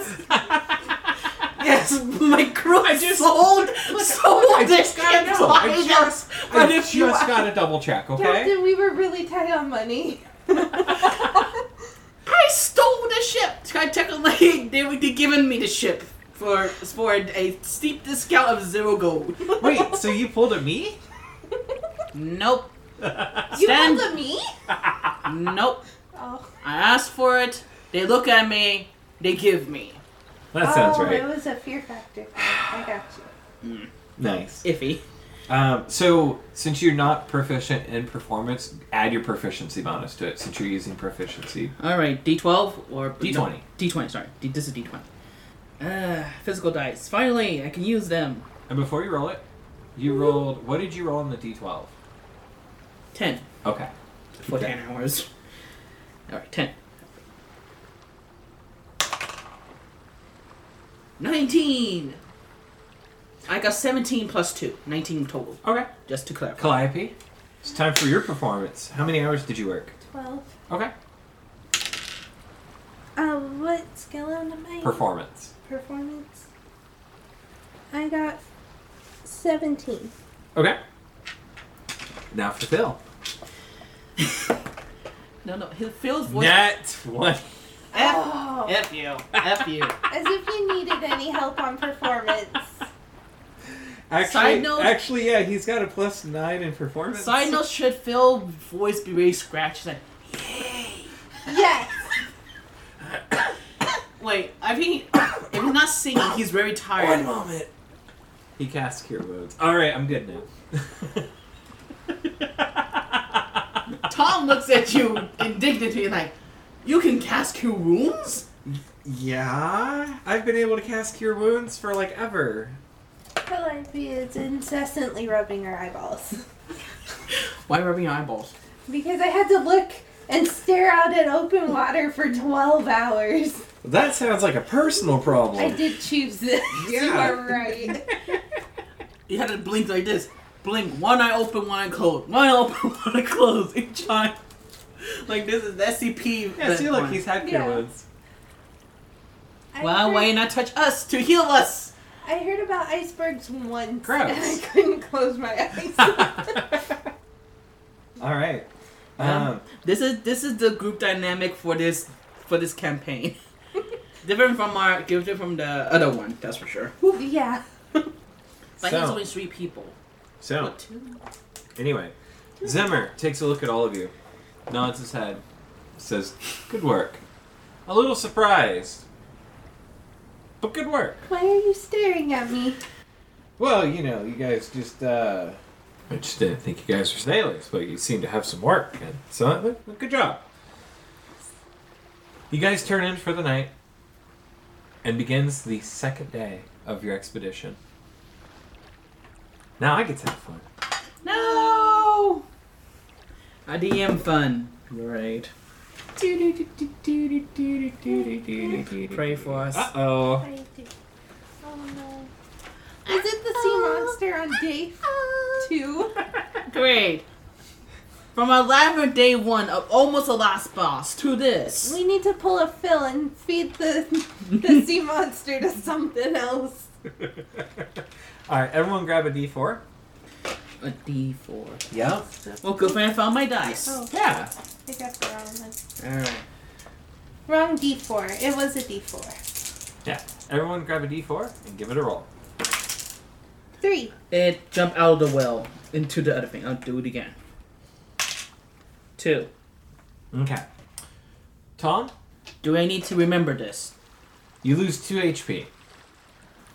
Speaker 4: Yes, (laughs) my crew I just (laughs) sold sold
Speaker 1: I just
Speaker 4: this
Speaker 1: gotta know. I just, I
Speaker 4: But
Speaker 1: just
Speaker 4: if you are-
Speaker 1: gotta double check, (laughs) okay?
Speaker 2: Captain, we were really tight on (laughs) money.
Speaker 1: (laughs)
Speaker 4: I stole the ship. I technically (laughs) they were giving me the ship for for a steep discount of zero gold.
Speaker 1: Wait, so you pulled a me?
Speaker 4: Nope.
Speaker 2: You
Speaker 4: Stand-
Speaker 2: look at me?
Speaker 4: Nope.
Speaker 2: Oh,
Speaker 4: I asked for it. They look at me. They give me.
Speaker 1: That sounds
Speaker 2: oh,
Speaker 1: right.
Speaker 2: it was a fear factor. thing. I got you.
Speaker 1: Nice.
Speaker 4: Iffy.
Speaker 1: Um, so, since you're not proficient in performance, add your proficiency bonus to it since you're using proficiency.
Speaker 3: Uh,
Speaker 4: All right, D12 or
Speaker 1: D20.
Speaker 4: D20, sorry. D, this is D20. Uh, physical dice. Finally, I can use them.
Speaker 1: And before you roll it, you rolled. What did you roll on the d12?
Speaker 4: 10
Speaker 1: Okay.
Speaker 4: for 10 hours. All right, 10. 19. I got 17 plus 2, 19 total,
Speaker 1: Okay.
Speaker 4: just to clarify.
Speaker 1: Calliope, it's time for your performance. How many hours did you work?
Speaker 2: 12.
Speaker 1: Okay.
Speaker 2: Uh, what skill am I?
Speaker 1: Performance.
Speaker 2: Performance. I got 17.
Speaker 1: Okay. Now for Phil.
Speaker 4: No, no, his Phil's voice.
Speaker 1: Nat one.
Speaker 4: F,
Speaker 2: Oh,
Speaker 4: F you. F you.
Speaker 2: as if you needed any help on performance.
Speaker 1: Actually,
Speaker 4: Side note-
Speaker 1: actually, yeah, he's got a plus nine in performance.
Speaker 4: Side note, should Phil's voice be really scratched? Like,
Speaker 2: (laughs) Yes.
Speaker 4: Wait, I mean, (coughs) if he's not singing, he's very tired.
Speaker 1: moment. He casts cure wounds. All right, I'm good now.
Speaker 4: Tom looks at you indignantly, like, you can cast cure wounds?
Speaker 1: (laughs) yeah, I've been able to cast cure wounds for like ever.
Speaker 2: Calliope is incessantly rubbing her eyeballs.
Speaker 4: (laughs) Why rubbing your eyeballs?
Speaker 2: Because I had to look and stare out at open water for 12 hours.
Speaker 1: That sounds like a personal problem.
Speaker 2: I
Speaker 4: Oh.
Speaker 2: did choose this. (laughs) You
Speaker 1: Yeah.
Speaker 2: are
Speaker 4: (laughs)
Speaker 2: right.
Speaker 4: You had to blink like this. Blink, one eye open, one eye closed. One eye open, (laughs) one eye closed. Each eye. Like, this is SCP.
Speaker 1: Yeah, see, look,
Speaker 4: one.
Speaker 1: he's had cure
Speaker 2: Yeah.
Speaker 1: wounds. (laughs)
Speaker 2: I
Speaker 4: Well,
Speaker 2: heard-
Speaker 4: why not touch us to heal us?
Speaker 2: I heard about icebergs once, (laughs)
Speaker 1: Gross.
Speaker 2: and I couldn't close my
Speaker 4: (laughs)
Speaker 2: eyes. (laughs)
Speaker 1: All right.
Speaker 4: Um,
Speaker 1: Um,
Speaker 4: This is this is the group dynamic for this for this campaign. (laughs) different from our different from the other one, that's for sure.
Speaker 2: yeah.
Speaker 4: But
Speaker 1: So-
Speaker 4: he's only three people.
Speaker 1: so,
Speaker 4: What, two?
Speaker 1: anyway, Zimmer takes a look at all of you, nods his head, says, Good work. A little surprised, but good work.
Speaker 2: Why are you staring at me?
Speaker 1: Well, you know, you guys just, uh. I just didn't think you guys were sailors, but you seem to have some work, and so uh, good job. You guys turn in for the night, and begins the second day of your expedition. Now I get to have fun.
Speaker 4: No. A DM fun. Right. Pray for us.
Speaker 1: Uh oh.
Speaker 2: I do. Oh no. Is it the sea
Speaker 4: Ah.
Speaker 2: monster on day two?
Speaker 4: Great. From a labyrinth day one of almost the last boss to this.
Speaker 2: (laughs) We need to pull a fill and feed the
Speaker 1: (laughs)
Speaker 2: the sea monster to something else.
Speaker 1: Alright, everyone grab a d4.
Speaker 4: A D four.
Speaker 1: Yep.
Speaker 4: Well, good thing I found my dice.
Speaker 2: Oh,
Speaker 1: Yeah.
Speaker 2: I got the wrong one.
Speaker 4: All right.
Speaker 2: Wrong D4. It was a D4.
Speaker 1: Yeah. Everyone grab a d4 and give it a roll.
Speaker 2: Three.
Speaker 4: It jump out of the well into the other thing. I'll do it again. Two.
Speaker 1: Okay. Tom,
Speaker 4: Do I need to remember this?
Speaker 1: you lose 2 HP.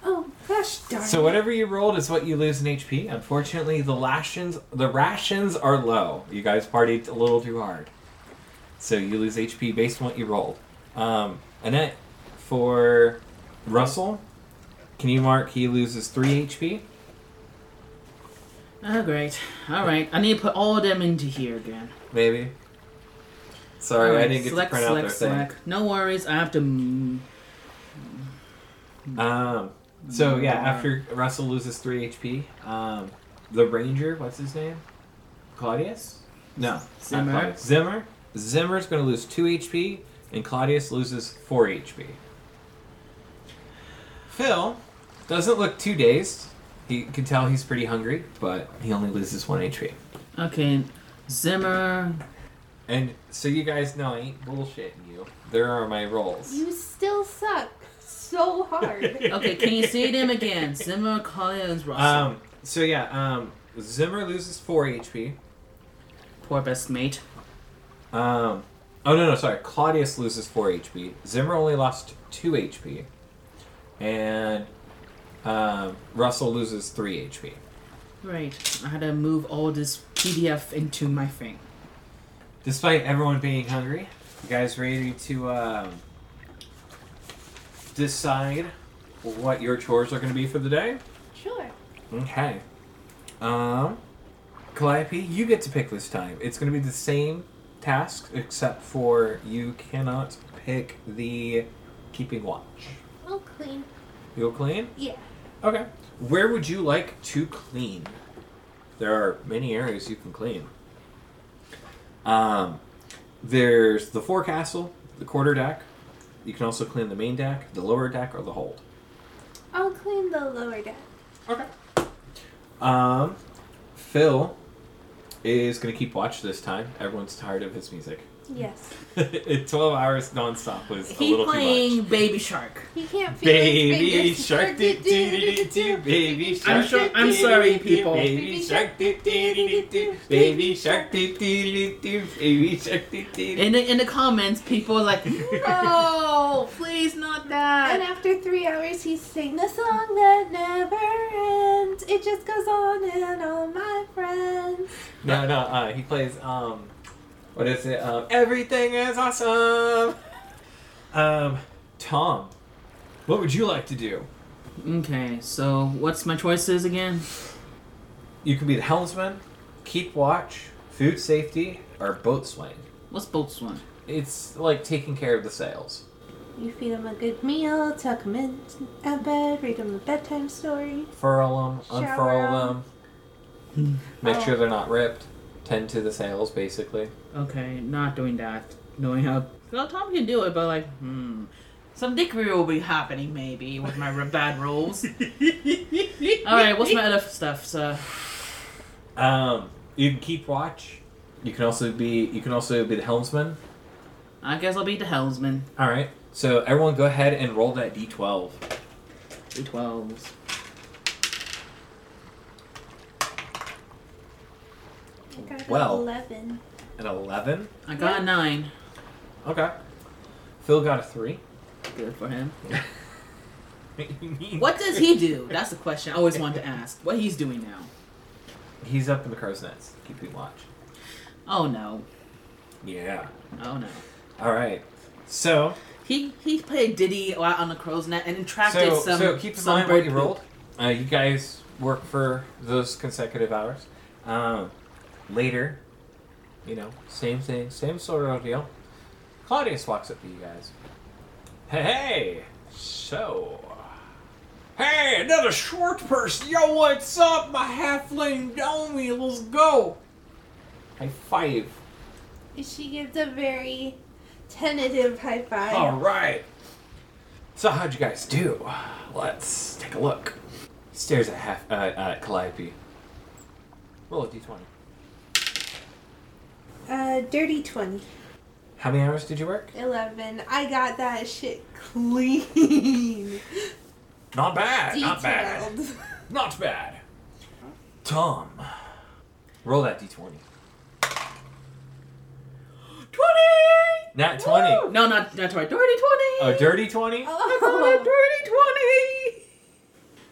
Speaker 2: Oh gosh darn.
Speaker 1: So whatever you rolled is what you lose in HP. Unfortunately, the rations the rations are low. You guys partied a little too hard, so you lose HP based on what you rolled. Um, Annette, for Russell, can you mark he loses three HP?
Speaker 4: Oh, great. All right. I need to put all of them into here again.
Speaker 1: Maybe. Sorry, I
Speaker 4: Alright,
Speaker 1: didn't get
Speaker 4: select,
Speaker 1: to print
Speaker 4: select,
Speaker 1: out their
Speaker 4: select. No worries. I have to. mm,
Speaker 1: thing. Um, so yeah,
Speaker 4: Mar-
Speaker 1: after Russell loses three HP, um, the Ranger, what's his name? Claudius? No, it's not
Speaker 4: Zimmer.
Speaker 1: Claudius. Zimmer. Zimmer's going to lose two HP, and Claudius loses four HP. Phil doesn't look too dazed. He can tell he's pretty hungry, but he only loses one HP.
Speaker 4: Okay. Zimmer.
Speaker 1: And so you guys know I ain't bullshitting you. There are my rolls.
Speaker 2: You still suck so hard.
Speaker 1: (laughs)
Speaker 4: Okay, can you say them again? Zimmer, Collins, Russell.
Speaker 1: Um. So yeah. Um. Zimmer loses four HP.
Speaker 4: Poor best mate.
Speaker 1: Um, oh no, no, sorry. Claudius loses four HP. Zimmer only lost two HP, and um, Russell loses three HP.
Speaker 4: Right. I had to move all this PDF into my thing.
Speaker 1: Despite everyone being hungry, you guys ready to um, decide what your chores are going to be for the day?
Speaker 2: Sure.
Speaker 1: Okay. Um, Calliope, you get to pick this time. It's going to be the same task, except for you cannot pick the keeping watch.
Speaker 2: I'll clean.
Speaker 1: You'll clean?
Speaker 2: Yeah.
Speaker 1: Okay. Where would you like to clean? There are many areas you can clean. Um, there's the forecastle, the quarter deck. You can also clean the main deck, the lower deck, or the hold.
Speaker 2: I'll clean the lower deck.
Speaker 1: Okay. Um, Phil is gonna keep watch this time. Everyone's tired of his music. (laughs)
Speaker 2: Yes.
Speaker 1: Twelve hours nonstop was a
Speaker 4: He
Speaker 1: little too
Speaker 4: playing
Speaker 1: much.
Speaker 4: Baby Shark.
Speaker 2: He can't feel his
Speaker 1: Baby
Speaker 2: fingers.
Speaker 1: shark doo doo doo doo doo, baby shark.
Speaker 4: sure-
Speaker 1: doo
Speaker 4: I'm
Speaker 1: doo
Speaker 4: sorry,
Speaker 1: doo doo,
Speaker 4: people.
Speaker 1: Baby shark doo doo doo doo doo, baby shark doo doo doo doo, baby shark doo doo. doo.
Speaker 4: In the in the comments, people are like, (laughs) no, please not
Speaker 2: And
Speaker 4: that.
Speaker 2: after three hours, he's singing a song that never ends. It just goes on and on, my friends.
Speaker 1: No, no, uh, he plays um, what is it? Um, everything is awesome. Um, Tom, what would you like to do?
Speaker 4: Okay, so what's my choices again?
Speaker 1: You can be the helmsman, keep watch, food safety, or boatswain.
Speaker 4: What's boats one?
Speaker 1: It's like taking care of the sails.
Speaker 2: You feed him a good meal, tuck him in at bed, read him a bedtime story.
Speaker 1: Furl them, unfurl
Speaker 2: Shower 'em.
Speaker 1: them, make
Speaker 2: Oh.
Speaker 1: sure they're not ripped, tend to the sails, basically.
Speaker 4: Okay, not doing that. Knowing how well Tom can do it, but like, hmm, some dickery will be happening maybe with my bad (laughs) rolls. All right, what's my other stuff? So
Speaker 1: Um, you can keep watch. You can also be you can also be the helmsman.
Speaker 4: I guess I'll be the helmsman.
Speaker 1: All right. So everyone, go ahead and roll that d12.
Speaker 4: D twelves.
Speaker 2: I got an
Speaker 1: Well.
Speaker 2: 11.
Speaker 1: An 11.
Speaker 4: I got a nine.
Speaker 1: Okay. Phil got a three. (laughs)
Speaker 4: Good for him. What does he do? That's the question I always want to ask. What he's doing now?
Speaker 1: He's up in the crow's nest, keeping watch.
Speaker 4: Oh no.
Speaker 1: Yeah.
Speaker 4: Oh no.
Speaker 1: All right. So,
Speaker 4: He he played Diddy a lot on the crow's net and attracted
Speaker 1: so,
Speaker 4: some.
Speaker 1: so keep in
Speaker 4: some
Speaker 1: mind what
Speaker 4: bird
Speaker 1: you
Speaker 4: poop.
Speaker 1: rolled. Uh, you guys work for those consecutive hours. Um, later, you know, same thing, same sort of deal. Claudius walks up to you guys. Hey, hey. So. Hey, another short person. Yo, what's up, my halfling dummy? Let's go. High five.
Speaker 2: She gives a very tentative high five.
Speaker 1: All right. So how'd you guys do? Let's take a look. He stares at half uh, uh, Calliope. Roll a d20.
Speaker 2: Uh, dirty 20.
Speaker 1: How many hours did you work?
Speaker 2: 11. I got that shit clean.
Speaker 1: Not bad. Not bad.
Speaker 2: Detailed.
Speaker 1: (laughs) Not bad. Tom, roll that d20.
Speaker 4: Twenty.
Speaker 1: Nat 20.
Speaker 4: No, not not twenty. Dirty twenty.
Speaker 1: A dirty 20.
Speaker 4: I got a
Speaker 2: Oh.
Speaker 4: dirty twenty.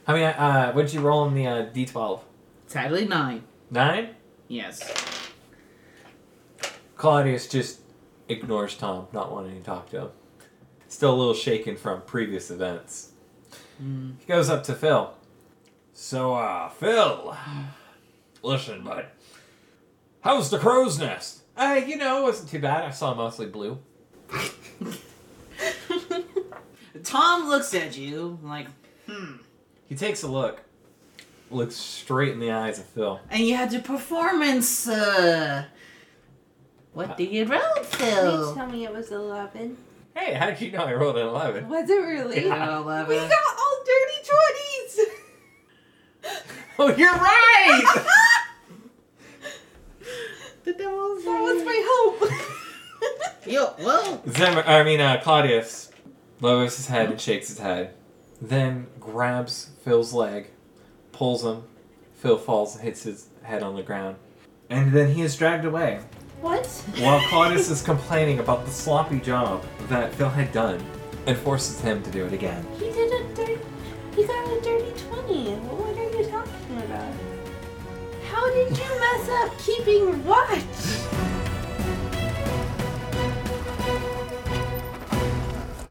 Speaker 1: How many? Uh, what'd you roll in the uh, d12?
Speaker 4: Sadly, nine.
Speaker 1: Nine.
Speaker 4: Yes.
Speaker 1: Claudius just ignores Tom, not wanting to talk to him. Still a little shaken from previous events. He goes up to Phil. So, uh, Phil, (sighs) listen, bud. How's the crow's nest? Uh, you know, it wasn't too bad. I saw mostly blue.
Speaker 4: Tom looks at you like,
Speaker 1: He takes a look, looks straight in the eyes of Phil.
Speaker 4: and you had to performance. Uh, what do you roll,
Speaker 2: Please
Speaker 4: Phil?
Speaker 2: tell me it was 11.
Speaker 1: Hey, how did you know I rolled an 11?
Speaker 2: Was it really?
Speaker 1: Yeah.
Speaker 4: An
Speaker 2: We
Speaker 4: eleven.
Speaker 2: got all dirty 20s!
Speaker 1: (laughs) Oh, you're right!
Speaker 4: (laughs)
Speaker 1: (laughs)
Speaker 4: The devil's
Speaker 2: That was my hope.
Speaker 4: (laughs) Yo, well,
Speaker 1: Zimmer, I mean, uh, Claudius lowers his head and shakes his head, then grabs Phil's leg, pulls him. Phil falls and hits his head on the ground. And then he is dragged away
Speaker 2: What?
Speaker 1: while Claudius is complaining about the sloppy job that Phil had done and forces him to do it again.
Speaker 2: He did a dirty. He got a dirty twenty. What are you talking about? How did you mess up keeping watch?